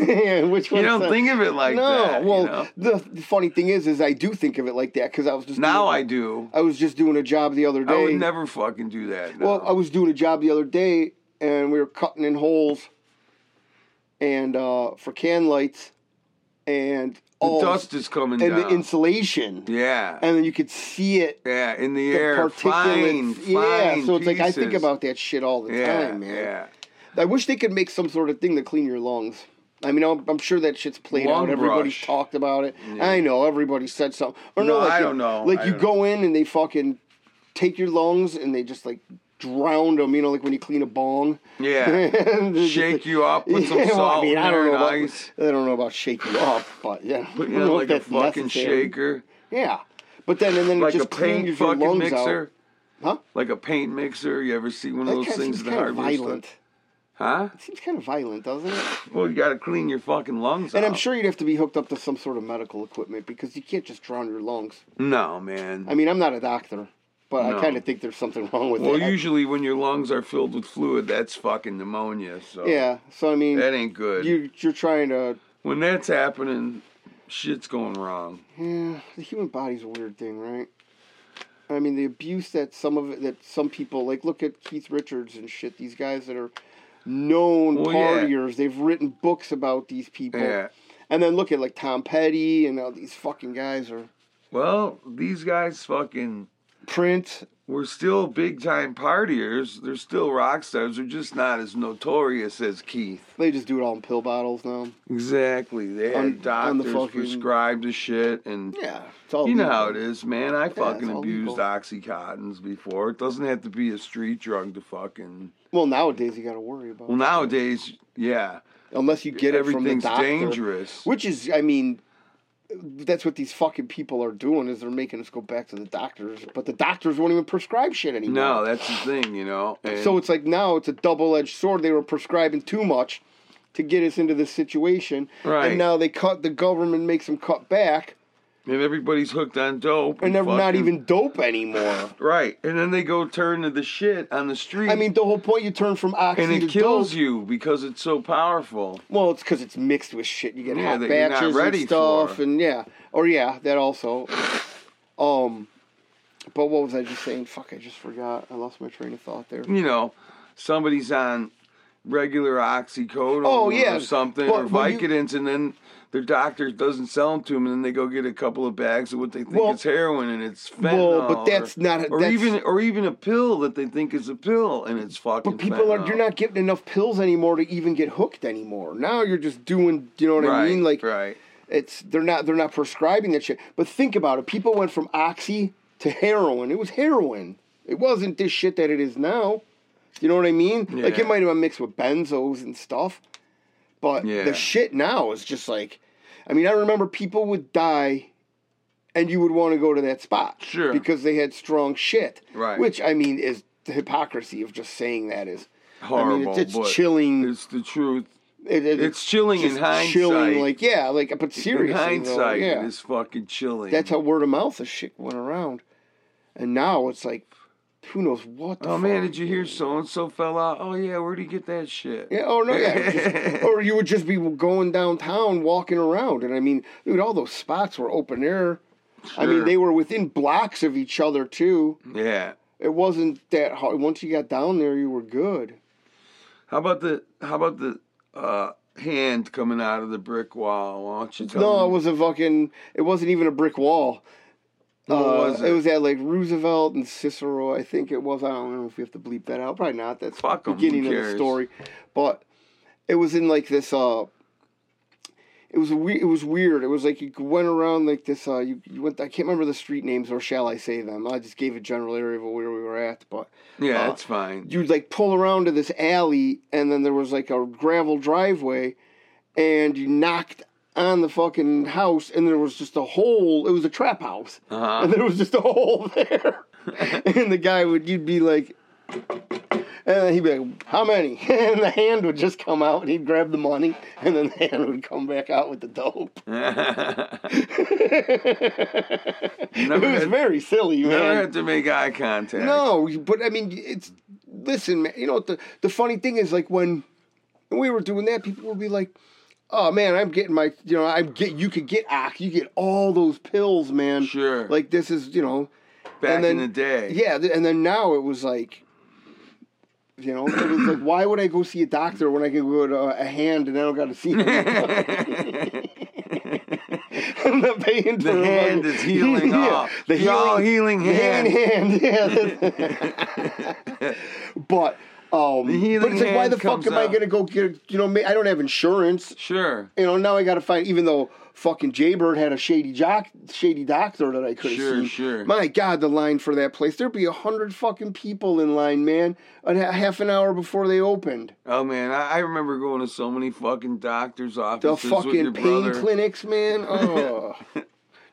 Speaker 2: Yeah, Which
Speaker 1: You
Speaker 2: one's
Speaker 1: don't
Speaker 2: that?
Speaker 1: think of it like
Speaker 2: no.
Speaker 1: that. you
Speaker 2: well,
Speaker 1: know?
Speaker 2: the the funny thing is, is I do think of it like that because I was just
Speaker 1: now
Speaker 2: doing-
Speaker 1: I do.
Speaker 2: I was just doing a job the other day.
Speaker 1: I would never fucking do that.
Speaker 2: well,
Speaker 1: no.
Speaker 2: I was doing a job the other day, and we were cutting in holes, and uh, for can lights, and all
Speaker 1: the dust is coming
Speaker 2: and
Speaker 1: down.
Speaker 2: the insulation,
Speaker 1: yeah,
Speaker 2: and then you could see it.
Speaker 1: yeah, in the,
Speaker 2: The
Speaker 1: air, fine,
Speaker 2: particulates, yeah.
Speaker 1: fine
Speaker 2: so it's like I think
Speaker 1: pieces.
Speaker 2: about that shit all the
Speaker 1: yeah,
Speaker 2: time, man.
Speaker 1: yeah.
Speaker 2: I wish they could make some sort of thing to clean your lungs. I mean, I'm, I'm sure that shit's played
Speaker 1: Lung
Speaker 2: out. Everybody's
Speaker 1: brush.
Speaker 2: talked about it.
Speaker 1: Yeah.
Speaker 2: I know everybody said something. Or
Speaker 1: No,
Speaker 2: like
Speaker 1: I
Speaker 2: you-
Speaker 1: don't know.
Speaker 2: Like
Speaker 1: I
Speaker 2: you
Speaker 1: don't
Speaker 2: go in and they fucking take your lungs and they just like drown them. You know, like when you clean a bong.
Speaker 1: Yeah.
Speaker 2: And they're just
Speaker 1: Shake
Speaker 2: like-
Speaker 1: you up with some
Speaker 2: Yeah,
Speaker 1: salt
Speaker 2: well, I mean,
Speaker 1: in there
Speaker 2: I don't know
Speaker 1: and
Speaker 2: about
Speaker 1: ice.
Speaker 2: I don't know about shake you up, but yeah,
Speaker 1: Put it
Speaker 2: I don't
Speaker 1: in
Speaker 2: know
Speaker 1: like
Speaker 2: if
Speaker 1: a
Speaker 2: that's
Speaker 1: fucking
Speaker 2: necessary.
Speaker 1: shaker.
Speaker 2: Yeah, but then and then
Speaker 1: Like
Speaker 2: it
Speaker 1: a
Speaker 2: just
Speaker 1: paint
Speaker 2: cleans your
Speaker 1: fucking
Speaker 2: lungs
Speaker 1: mixer.
Speaker 2: out, huh?
Speaker 1: Like a paint mixer. You ever see one of
Speaker 2: That
Speaker 1: those
Speaker 2: kind of
Speaker 1: things
Speaker 2: seems
Speaker 1: at the
Speaker 2: kind of
Speaker 1: hardware store?
Speaker 2: violent.
Speaker 1: Huh?
Speaker 2: It seems kind of violent, doesn't Oh. it?
Speaker 1: Well, you gotta clean your fucking lungs
Speaker 2: And
Speaker 1: out.
Speaker 2: I'm sure you'd have to be hooked up to some sort of medical equipment because you can't just drown your lungs.
Speaker 1: No, man.
Speaker 2: I mean, I'm not a doctor, but
Speaker 1: No.
Speaker 2: I kind of think there's something wrong with
Speaker 1: well,
Speaker 2: that.
Speaker 1: usually when your lungs are filled with fluid, that's fucking pneumonia. So
Speaker 2: yeah. So I mean,
Speaker 1: that ain't good.
Speaker 2: you you're trying to.
Speaker 1: when that's happening, shit's going wrong.
Speaker 2: Yeah, the human body's a weird thing, right? I mean, the abuse that some of it, that some people like. Look at Keith Richards and shit. These guys that are known
Speaker 1: Well, yeah.
Speaker 2: partiers. They've written books about these people.
Speaker 1: Yeah.
Speaker 2: And then look at like Tom Petty and all these fucking guys are
Speaker 1: Well, these guys fucking
Speaker 2: Prince.
Speaker 1: we're still big time partiers. They're still rock stars. They're just not as notorious as Keith.
Speaker 2: They just do it all in pill bottles now.
Speaker 1: Exactly. They had
Speaker 2: On-
Speaker 1: doctors
Speaker 2: on the fucking-
Speaker 1: prescribe the shit, and
Speaker 2: Yeah, it's all
Speaker 1: you know
Speaker 2: legal.
Speaker 1: how it is, man. I fucking
Speaker 2: it's all
Speaker 1: abused
Speaker 2: legal.
Speaker 1: oxycontins before. It doesn't have to be a street drug to fucking.
Speaker 2: Well, nowadays you got to worry about.
Speaker 1: Well, nowadays, yeah,
Speaker 2: Unless you get it from the
Speaker 1: everything's
Speaker 2: doctor,
Speaker 1: dangerous.
Speaker 2: which is, I mean, that's what these fucking people are doing is they're making us go back to the doctors, but the doctors won't even prescribe shit anymore.
Speaker 1: No, that's the thing, you know. And
Speaker 2: So it's like now it's a double-edged sword. They were prescribing too much to get us into this situation,
Speaker 1: Right.
Speaker 2: and now they cut. The government makes them cut back,
Speaker 1: and everybody's hooked on dope,
Speaker 2: and they're not
Speaker 1: fucking-
Speaker 2: even dope anymore.
Speaker 1: right. And then they go turn to the shit on the street.
Speaker 2: I mean, the whole point you turn from oxy
Speaker 1: and
Speaker 2: to
Speaker 1: it kills
Speaker 2: dope.
Speaker 1: you because it's so powerful.
Speaker 2: Well, it's because it's mixed with shit. You get
Speaker 1: Yeah,
Speaker 2: hot
Speaker 1: that you're not
Speaker 2: batches
Speaker 1: ready
Speaker 2: and stuff,
Speaker 1: for.
Speaker 2: and yeah, or yeah, that also. Um, but what was I just saying? Fuck, I just forgot. I lost my train of thought there.
Speaker 1: you know, somebody's on regular oxycodone
Speaker 2: Oh, yeah.
Speaker 1: or something
Speaker 2: But
Speaker 1: or
Speaker 2: when you-
Speaker 1: Vicodins, and then their doctor doesn't sell them to them, and then they go get a couple of bags of what they think
Speaker 2: Well-
Speaker 1: is heroin, and it's fentanyl.
Speaker 2: Well, but that's
Speaker 1: or,
Speaker 2: not.
Speaker 1: or
Speaker 2: that's,
Speaker 1: even or even a pill that they think is a pill, and it's fucking.
Speaker 2: But people are.
Speaker 1: fentanyl.
Speaker 2: You're not getting enough pills anymore to even get hooked anymore. Now you're just doing. You know what
Speaker 1: right,
Speaker 2: I mean? Like
Speaker 1: right.
Speaker 2: it's they're not they're not prescribing that shit. But think about it. People went from oxy to heroin. It was heroin. It wasn't this shit that it is now. You know what I mean? Like
Speaker 1: Yeah.
Speaker 2: it might have been mixed with benzos and stuff. But
Speaker 1: Yeah.
Speaker 2: the shit now is just like I mean, I remember people would die and you would want to go to that spot.
Speaker 1: Sure.
Speaker 2: Because they had strong shit.
Speaker 1: Right.
Speaker 2: Which I mean is the hypocrisy of just saying that is
Speaker 1: Horrible.
Speaker 2: I mean it's,
Speaker 1: but
Speaker 2: it's chilling.
Speaker 1: It's the truth.
Speaker 2: It- it-
Speaker 1: It's chilling in
Speaker 2: just
Speaker 1: hindsight.
Speaker 2: Chilling, like yeah, like but
Speaker 1: in
Speaker 2: seriously, though,
Speaker 1: hindsight,
Speaker 2: yeah.
Speaker 1: it is fucking chilling.
Speaker 2: That's how word of mouth of shit went around. And now it's like, who knows what the
Speaker 1: Oh
Speaker 2: fuck.
Speaker 1: man, did you hear so and so fell out? Oh yeah, where'd he get that shit?
Speaker 2: Yeah, oh no, yeah. just- or you would just be going downtown walking around. And I mean, dude, all those spots were open air. I mean,
Speaker 1: Sure.
Speaker 2: they were within blocks of each other, too.
Speaker 1: Yeah.
Speaker 2: It wasn't that hard. Once you got down there, you were good.
Speaker 1: How about the how about the uh, hand coming out of the brick wall? Why don't you tell
Speaker 2: No, it
Speaker 1: me?
Speaker 2: was a fucking. It wasn't even a brick wall. Uh,
Speaker 1: What was
Speaker 2: it
Speaker 1: it?
Speaker 2: was at like Roosevelt and Cicero, I think it was. I don't know if we have to bleep that out. Probably not. That's
Speaker 1: Fuck 'em, who
Speaker 2: beginning of the
Speaker 1: cares?
Speaker 2: story. But it was in like this. uh It was we- It was weird. It was like you went around like this. uh You, you went. I can't remember the street names, or shall I say them? I just gave a general area of where we were at, but
Speaker 1: yeah,
Speaker 2: uh,
Speaker 1: it's fine.
Speaker 2: you'd like pull around to this alley and then there was like a gravel driveway and you knocked on the fucking house and there was just a hole it was a trap house
Speaker 1: Uh-huh.
Speaker 2: and there was just a hole there and the guy would you'd be like and he'd be like how many and the hand would just come out and he'd grab the money and then the hand would come back out with the dope it was
Speaker 1: had-
Speaker 2: very silly man
Speaker 1: Never had to make eye contact.
Speaker 2: No, you- but I mean, it's listen, man. You know the the funny thing is like when we were doing that, people would be like, "Oh man, I'm getting my you know I'm get you could get Ak, you get all those pills, man.
Speaker 1: Sure.
Speaker 2: Like this is you know
Speaker 1: back
Speaker 2: and then-
Speaker 1: in the day.
Speaker 2: yeah, th- and then now it was like. You know, it was like, why would I go see a doctor when I can go to a hand and I don't got to see him? I'm not paying
Speaker 1: The hand is healing off.
Speaker 2: The
Speaker 1: The all
Speaker 2: healing,
Speaker 1: healing
Speaker 2: the
Speaker 1: hand.
Speaker 2: healing hand, yeah. but um,
Speaker 1: healing
Speaker 2: but it's like, why
Speaker 1: hand
Speaker 2: the fuck
Speaker 1: comes
Speaker 2: am I
Speaker 1: out.
Speaker 2: gonna go get? You know, ma- I don't have insurance.
Speaker 1: Sure.
Speaker 2: You know, now I gotta find. Even though fucking Jaybird had a shady jock, shady doctor that I could have
Speaker 1: Sure,
Speaker 2: seen.
Speaker 1: sure.
Speaker 2: My God, the line for that place. There'd be a hundred fucking people in line, man. A ha- half an hour before they opened.
Speaker 1: Oh man, I, I remember going to so many fucking doctors'
Speaker 2: The
Speaker 1: offices with your
Speaker 2: fucking pain
Speaker 1: brother.
Speaker 2: clinics, man. Oh,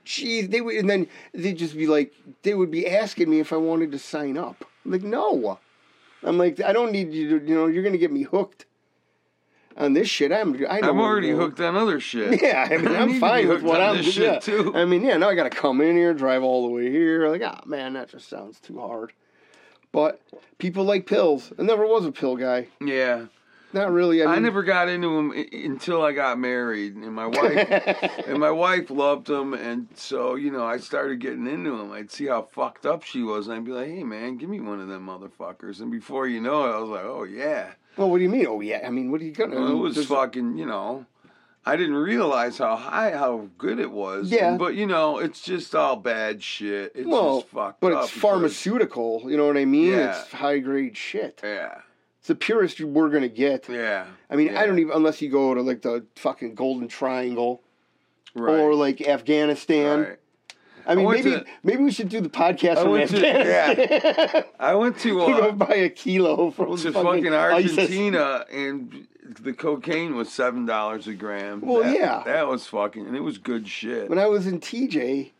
Speaker 2: jeez. They would, and then they'd just be like, they would be asking me if I wanted to sign up. I'm like, no. I'm like, I don't need you to. You know, you're gonna get me hooked on this shit. I'm. I know
Speaker 1: I'm
Speaker 2: where
Speaker 1: already
Speaker 2: you're going.
Speaker 1: hooked on other shit.
Speaker 2: Yeah, I mean,
Speaker 1: I need to
Speaker 2: I'm
Speaker 1: be
Speaker 2: fine with
Speaker 1: hooked
Speaker 2: what
Speaker 1: on
Speaker 2: I'm
Speaker 1: this
Speaker 2: doing.
Speaker 1: shit,
Speaker 2: yeah.
Speaker 1: too.
Speaker 2: I mean, yeah, now I got to come in here, drive all the way here. Like, ah, man, that just sounds too hard. But people like pills. I never was a pill guy.
Speaker 1: yeah.
Speaker 2: Not really. I,
Speaker 1: I
Speaker 2: mean,
Speaker 1: never got into them until I got married, and my wife and my wife loved them, and so you know I started getting into them. I'd see how fucked up she was, and I'd be like, "Hey man, give me one of them motherfuckers." And before you know it, I was like, "Oh yeah,
Speaker 2: Well, what do you mean? Oh yeah. I mean, what are you gonna? I
Speaker 1: well, it
Speaker 2: mean,
Speaker 1: was
Speaker 2: there's-
Speaker 1: fucking." You know, I didn't realize how high, how good it was.
Speaker 2: Yeah.
Speaker 1: but you know, it's just all bad shit. It's
Speaker 2: Well,
Speaker 1: just fucked
Speaker 2: but
Speaker 1: up
Speaker 2: it's
Speaker 1: because-
Speaker 2: pharmaceutical. You know what I mean?
Speaker 1: Yeah.
Speaker 2: It's high grade shit.
Speaker 1: Yeah,
Speaker 2: It's the purest you were gonna get.
Speaker 1: yeah.
Speaker 2: I mean,
Speaker 1: Yeah.
Speaker 2: I don't even unless you go to like the fucking Golden Triangle
Speaker 1: Right.
Speaker 2: or like Afghanistan.
Speaker 1: right.
Speaker 2: I mean,
Speaker 1: went
Speaker 2: maybe
Speaker 1: to-
Speaker 2: maybe we should do the podcast
Speaker 1: I
Speaker 2: from
Speaker 1: went to
Speaker 2: Afghanistan.
Speaker 1: yeah. I went to
Speaker 2: You
Speaker 1: uh,
Speaker 2: go buy a kilo from
Speaker 1: to
Speaker 2: fucking,
Speaker 1: fucking
Speaker 2: ISIS.
Speaker 1: Argentina, and the cocaine was seven dollars a gram.
Speaker 2: Well,
Speaker 1: That-
Speaker 2: yeah.
Speaker 1: that was fucking, and it was good shit.
Speaker 2: When I was in TJ,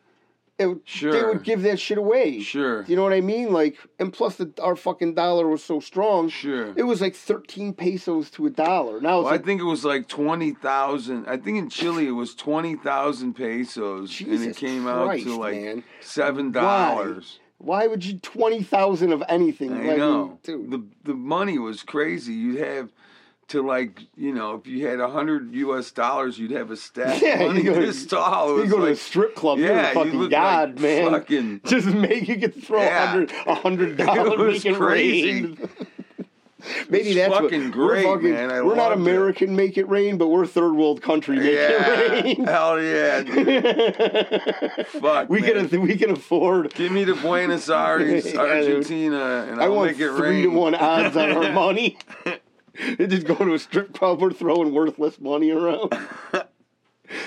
Speaker 2: it, would- they
Speaker 1: Sure.
Speaker 2: would give that shit away.
Speaker 1: Sure.
Speaker 2: You know what I mean? Like, and plus the, our fucking dollar was so strong.
Speaker 1: Sure.
Speaker 2: It was like thirteen pesos to a dollar. Now it's
Speaker 1: Well, I
Speaker 2: like
Speaker 1: think it was like twenty thousand. I think in Chile it was twenty thousand pesos, and it
Speaker 2: Jesus
Speaker 1: came out
Speaker 2: Christ,
Speaker 1: to like
Speaker 2: man.
Speaker 1: seven dollars.
Speaker 2: why would you twenty thousand of anything?
Speaker 1: I
Speaker 2: Like,
Speaker 1: know
Speaker 2: dude.
Speaker 1: the the money was crazy. You'd have to like you know if you had hundred U.S. dollars, you'd have a stack
Speaker 2: Yeah,
Speaker 1: of money
Speaker 2: you go to-
Speaker 1: this tall. It
Speaker 2: you
Speaker 1: was
Speaker 2: go to a
Speaker 1: like-
Speaker 2: strip club, you're
Speaker 1: yeah,
Speaker 2: a
Speaker 1: you
Speaker 2: fucking
Speaker 1: look
Speaker 2: god,
Speaker 1: like
Speaker 2: man.
Speaker 1: fucking-
Speaker 2: Just make you could throw a
Speaker 1: Yeah.
Speaker 2: hundred a hundred
Speaker 1: It
Speaker 2: dollars.
Speaker 1: was
Speaker 2: make it
Speaker 1: crazy.
Speaker 2: rain. Maybe
Speaker 1: It's
Speaker 2: that's what-
Speaker 1: fucking great,
Speaker 2: we're fucking,
Speaker 1: man. I
Speaker 2: we're not
Speaker 1: loved it.
Speaker 2: American, make it rain, but we're third world country, make
Speaker 1: yeah,
Speaker 2: it rain.
Speaker 1: hell yeah, dude. fuck.
Speaker 2: We
Speaker 1: man.
Speaker 2: can we can afford.
Speaker 1: Give me to Buenos Aires,
Speaker 2: Yeah, dude.
Speaker 1: Argentina, and
Speaker 2: I
Speaker 1: I'll
Speaker 2: want
Speaker 1: make it
Speaker 2: three
Speaker 1: rain.
Speaker 2: to one odds on our money. They just go to a strip club. We're throwing worthless money around.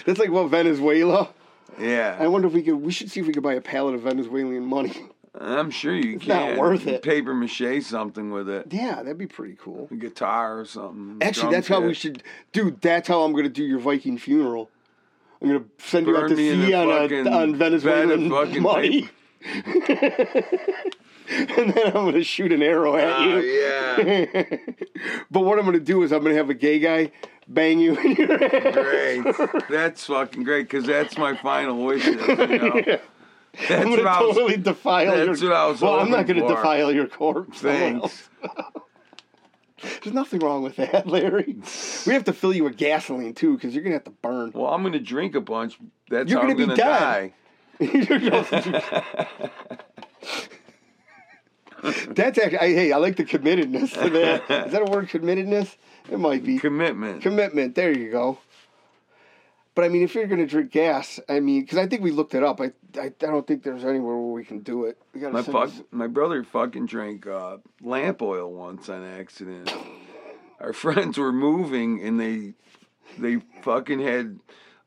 Speaker 2: That's like what Venezuela. I
Speaker 1: Yeah,
Speaker 2: wonder if we could. We should see if we could buy a pallet of Venezuelan money.
Speaker 1: I'm sure you
Speaker 2: It's not
Speaker 1: can.
Speaker 2: worth
Speaker 1: You
Speaker 2: it.
Speaker 1: Paper mache something with it,
Speaker 2: Yeah, that'd be pretty cool.
Speaker 1: a guitar or something.
Speaker 2: Actually,
Speaker 1: drum
Speaker 2: that's how we
Speaker 1: kit.
Speaker 2: should, dude. That's how I'm gonna do your Viking funeral. I'm gonna send you out
Speaker 1: Burn
Speaker 2: to
Speaker 1: me in
Speaker 2: sea
Speaker 1: a
Speaker 2: on,
Speaker 1: fucking
Speaker 2: a, on
Speaker 1: bed
Speaker 2: Venezuelan
Speaker 1: of fucking
Speaker 2: money, and then I'm gonna shoot an arrow at
Speaker 1: Oh
Speaker 2: you.
Speaker 1: yeah,
Speaker 2: But what I'm gonna do is I'm gonna have a gay guy bang you in
Speaker 1: Oh,
Speaker 2: your ass.
Speaker 1: great. That's fucking great because that's my final wishes. You know? That's
Speaker 2: I'm gonna
Speaker 1: what I was-
Speaker 2: totally defile
Speaker 1: that's
Speaker 2: your.
Speaker 1: what I was
Speaker 2: well, I'm
Speaker 1: hoping
Speaker 2: not gonna
Speaker 1: for.
Speaker 2: defile your corpse. Someone
Speaker 1: Thanks.
Speaker 2: else- There's nothing wrong with that, Larry. We have to fill you with gasoline too, because you're gonna have to burn.
Speaker 1: Well, I'm going to drink a bunch. That's
Speaker 2: You're
Speaker 1: how
Speaker 2: gonna
Speaker 1: I'm going
Speaker 2: be
Speaker 1: to
Speaker 2: dead.
Speaker 1: die.
Speaker 2: That's actually. I, hey, I like the committedness to that. Is that a word? Committedness? It might be.
Speaker 1: Commitment.
Speaker 2: Commitment. There you go. But I mean, if you're going to drink gas, I mean, because I think we looked it up. I, I I don't think there's anywhere where we can do it. We gotta
Speaker 1: my
Speaker 2: send
Speaker 1: fuck,
Speaker 2: this-
Speaker 1: my brother fucking drank uh, lamp oil once on accident. Our friends were moving and they they fucking had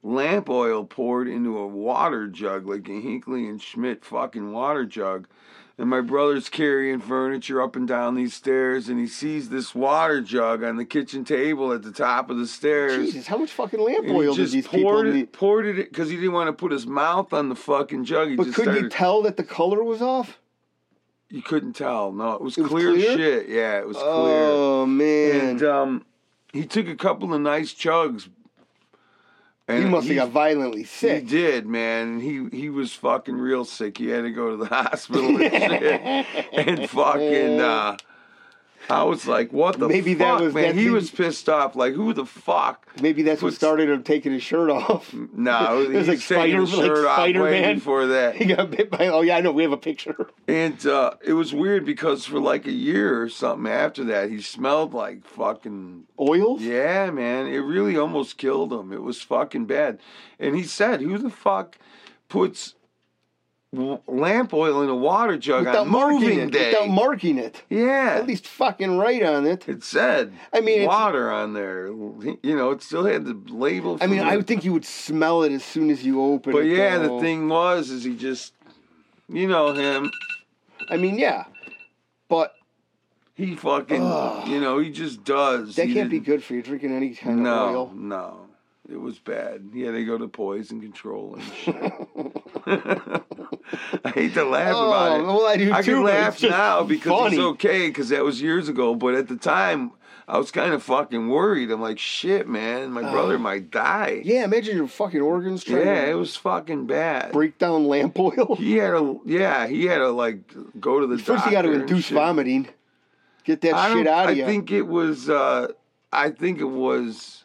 Speaker 1: lamp oil poured into a water jug, like a Hinkley and Schmidt fucking water jug. And my brother's carrying furniture up and down these stairs, and he sees this water jug on the kitchen table at the top of the stairs.
Speaker 2: Jesus, how much fucking lamp
Speaker 1: And he
Speaker 2: oil did
Speaker 1: just
Speaker 2: these people
Speaker 1: poured it,
Speaker 2: need?
Speaker 1: poured it because he didn't want to put his mouth on the fucking jug. He
Speaker 2: But
Speaker 1: just
Speaker 2: couldn't
Speaker 1: started,
Speaker 2: you tell that the color was off?
Speaker 1: you couldn't tell. No, it was,
Speaker 2: was
Speaker 1: clear,
Speaker 2: clear?
Speaker 1: shit. Yeah, it was
Speaker 2: Oh
Speaker 1: clear.
Speaker 2: man,
Speaker 1: And um, he took a couple of nice chugs.
Speaker 2: he must have
Speaker 1: he-
Speaker 2: got violently
Speaker 1: He
Speaker 2: sick.
Speaker 1: did, man. He he was fucking real sick. He had to go to the hospital and shit. And fucking, uh, I was like, what the
Speaker 2: Maybe that
Speaker 1: fuck,
Speaker 2: was-
Speaker 1: man?
Speaker 2: that
Speaker 1: he
Speaker 2: thing-
Speaker 1: was pissed off. Like, who the fuck?
Speaker 2: Maybe that's what
Speaker 1: Puts-
Speaker 2: started him taking his shirt off.
Speaker 1: No,
Speaker 2: It
Speaker 1: he's
Speaker 2: was like
Speaker 1: taking his
Speaker 2: Spider- like
Speaker 1: shirt off way
Speaker 2: Spider-Man.
Speaker 1: before that.
Speaker 2: He got bit by. Oh yeah, I know. We have a picture.
Speaker 1: And uh, it was weird because for like a year or something after that, he smelled like fucking.
Speaker 2: Oils.
Speaker 1: Yeah, man. It really almost killed him. It was fucking bad. And he said, who the fuck puts w- lamp oil in a water jug
Speaker 2: Without
Speaker 1: on moving
Speaker 2: marking it.
Speaker 1: day?
Speaker 2: Without marking it.
Speaker 1: yeah.
Speaker 2: At least fucking right on it.
Speaker 1: it said
Speaker 2: I mean, it's-
Speaker 1: water on there. You know, it still had the label.
Speaker 2: I mean,
Speaker 1: from
Speaker 2: I
Speaker 1: the-
Speaker 2: would think you would smell it as soon as you open
Speaker 1: But
Speaker 2: it.
Speaker 1: yeah, the
Speaker 2: though.
Speaker 1: thing was, is he just, you know him.
Speaker 2: I mean, yeah. But
Speaker 1: He fucking,
Speaker 2: Ugh.
Speaker 1: you know, he just does.
Speaker 2: that
Speaker 1: He
Speaker 2: can't be
Speaker 1: didn't-
Speaker 2: good for you drinking any kind
Speaker 1: No,
Speaker 2: of oil.
Speaker 1: no, it was bad. He had to go to poison control and shit. I hate to laugh
Speaker 2: Oh,
Speaker 1: about it.
Speaker 2: well, I do
Speaker 1: I
Speaker 2: too.
Speaker 1: can
Speaker 2: but
Speaker 1: laugh
Speaker 2: it's just
Speaker 1: now because
Speaker 2: funny.
Speaker 1: it's okay because that was years ago. But at the time, I was kind of fucking worried. I'm like, shit, man, my brother might die.
Speaker 2: Uh, Yeah, imagine your fucking organs
Speaker 1: Yeah,
Speaker 2: trying
Speaker 1: it
Speaker 2: to
Speaker 1: was fucking bad.
Speaker 2: break down lamp oil.
Speaker 1: He had a yeah, he had to like go to the
Speaker 2: First, you got to
Speaker 1: doctor and
Speaker 2: induce
Speaker 1: shit.
Speaker 2: vomiting. Get that
Speaker 1: I
Speaker 2: shit
Speaker 1: don't-
Speaker 2: out of
Speaker 1: I
Speaker 2: you.
Speaker 1: think it was. Uh, I think it was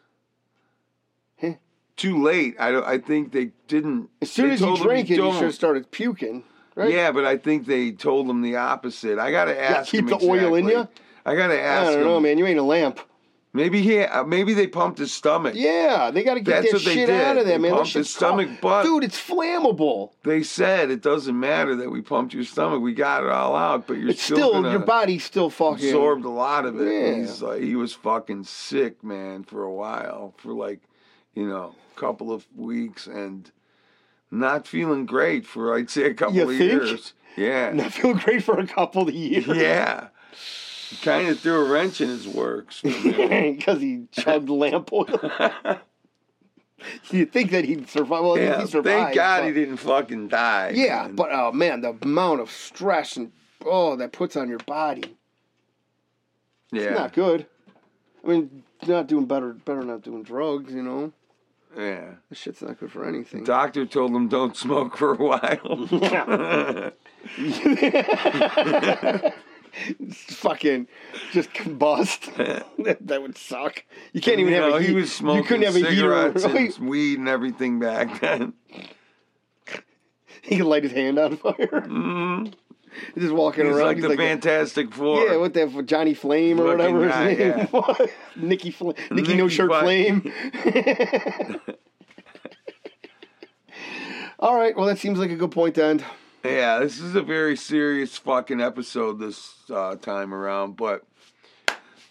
Speaker 2: Huh.
Speaker 1: too late. I don't. I think they didn't.
Speaker 2: as soon
Speaker 1: they
Speaker 2: as you
Speaker 1: told him
Speaker 2: drank it, you
Speaker 1: don't.
Speaker 2: should have started puking. Right?
Speaker 1: Yeah, but I think they told him the opposite. I gotta ask.
Speaker 2: keep
Speaker 1: him
Speaker 2: the oil in
Speaker 1: exactly.
Speaker 2: ya?
Speaker 1: I gotta
Speaker 2: I
Speaker 1: ask
Speaker 2: don't
Speaker 1: him.
Speaker 2: know, man. You ain't a lamp.
Speaker 1: Maybe he. uh, Maybe they pumped his stomach.
Speaker 2: Yeah, they got to get
Speaker 1: That's
Speaker 2: that
Speaker 1: what they
Speaker 2: shit
Speaker 1: did.
Speaker 2: out of
Speaker 1: They
Speaker 2: there, man. That
Speaker 1: pumped his
Speaker 2: shit's
Speaker 1: stomach,
Speaker 2: hot.
Speaker 1: but-
Speaker 2: dude, it's flammable.
Speaker 1: They said it doesn't matter that we pumped your stomach. We got it all out, but you're
Speaker 2: It's still
Speaker 1: gonna
Speaker 2: your body's still fucking.
Speaker 1: absorbed a lot of it.
Speaker 2: Yeah.
Speaker 1: He's like, he was fucking sick, man, for a while, for like, you know, a couple of weeks, and not feeling great for I'd say a couple
Speaker 2: You
Speaker 1: of
Speaker 2: think?
Speaker 1: years. Yeah,
Speaker 2: Not feel great for a couple of years.
Speaker 1: yeah. Kind of threw a wrench in his works. for me.
Speaker 2: because he chugged lamp oil. You'd think that he'd survive. Well,
Speaker 1: yeah,
Speaker 2: he survived.
Speaker 1: thank God
Speaker 2: but-
Speaker 1: he didn't fucking die.
Speaker 2: Yeah,
Speaker 1: man.
Speaker 2: but oh man, the amount of stress and oh that puts on your body,
Speaker 1: yeah,
Speaker 2: it's not good. I mean, not doing better, better not doing drugs. You know,
Speaker 1: yeah.
Speaker 2: that shit's not good for anything.
Speaker 1: Doctor told him don't smoke for a while.
Speaker 2: fucking just combust. that, that would suck. You can't even
Speaker 1: you
Speaker 2: have
Speaker 1: know,
Speaker 2: a heat.
Speaker 1: he was smoking
Speaker 2: you couldn't have a heater.
Speaker 1: cigarettes and weed and everything back then.
Speaker 2: He could light his hand on fire. Mm-hmm. Just walking
Speaker 1: He's
Speaker 2: around.
Speaker 1: like
Speaker 2: he's
Speaker 1: the
Speaker 2: like a-
Speaker 1: Fantastic Four.
Speaker 2: yeah, what that Johnny Flame or
Speaker 1: Looking
Speaker 2: whatever his
Speaker 1: guy,
Speaker 2: name was. Nicky Fl- Nicky, No
Speaker 1: Nicky
Speaker 2: Shirt
Speaker 1: Fi-
Speaker 2: Flame. All right, well that seems like a good point to end.
Speaker 1: Yeah, this is a very serious fucking episode this uh, time around, but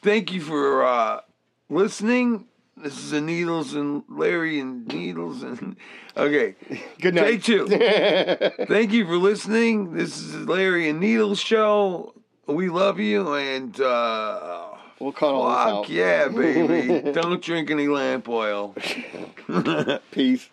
Speaker 1: thank you for uh, listening. This is the Needles and Larry and Needles and okay,
Speaker 2: Good
Speaker 1: take
Speaker 2: night.
Speaker 1: two. thank you for listening. This is the Larry and Needles show. We love you and uh,
Speaker 2: We'll cut all this out.
Speaker 1: fuck yeah, baby. Don't drink any lamp oil.
Speaker 2: Peace.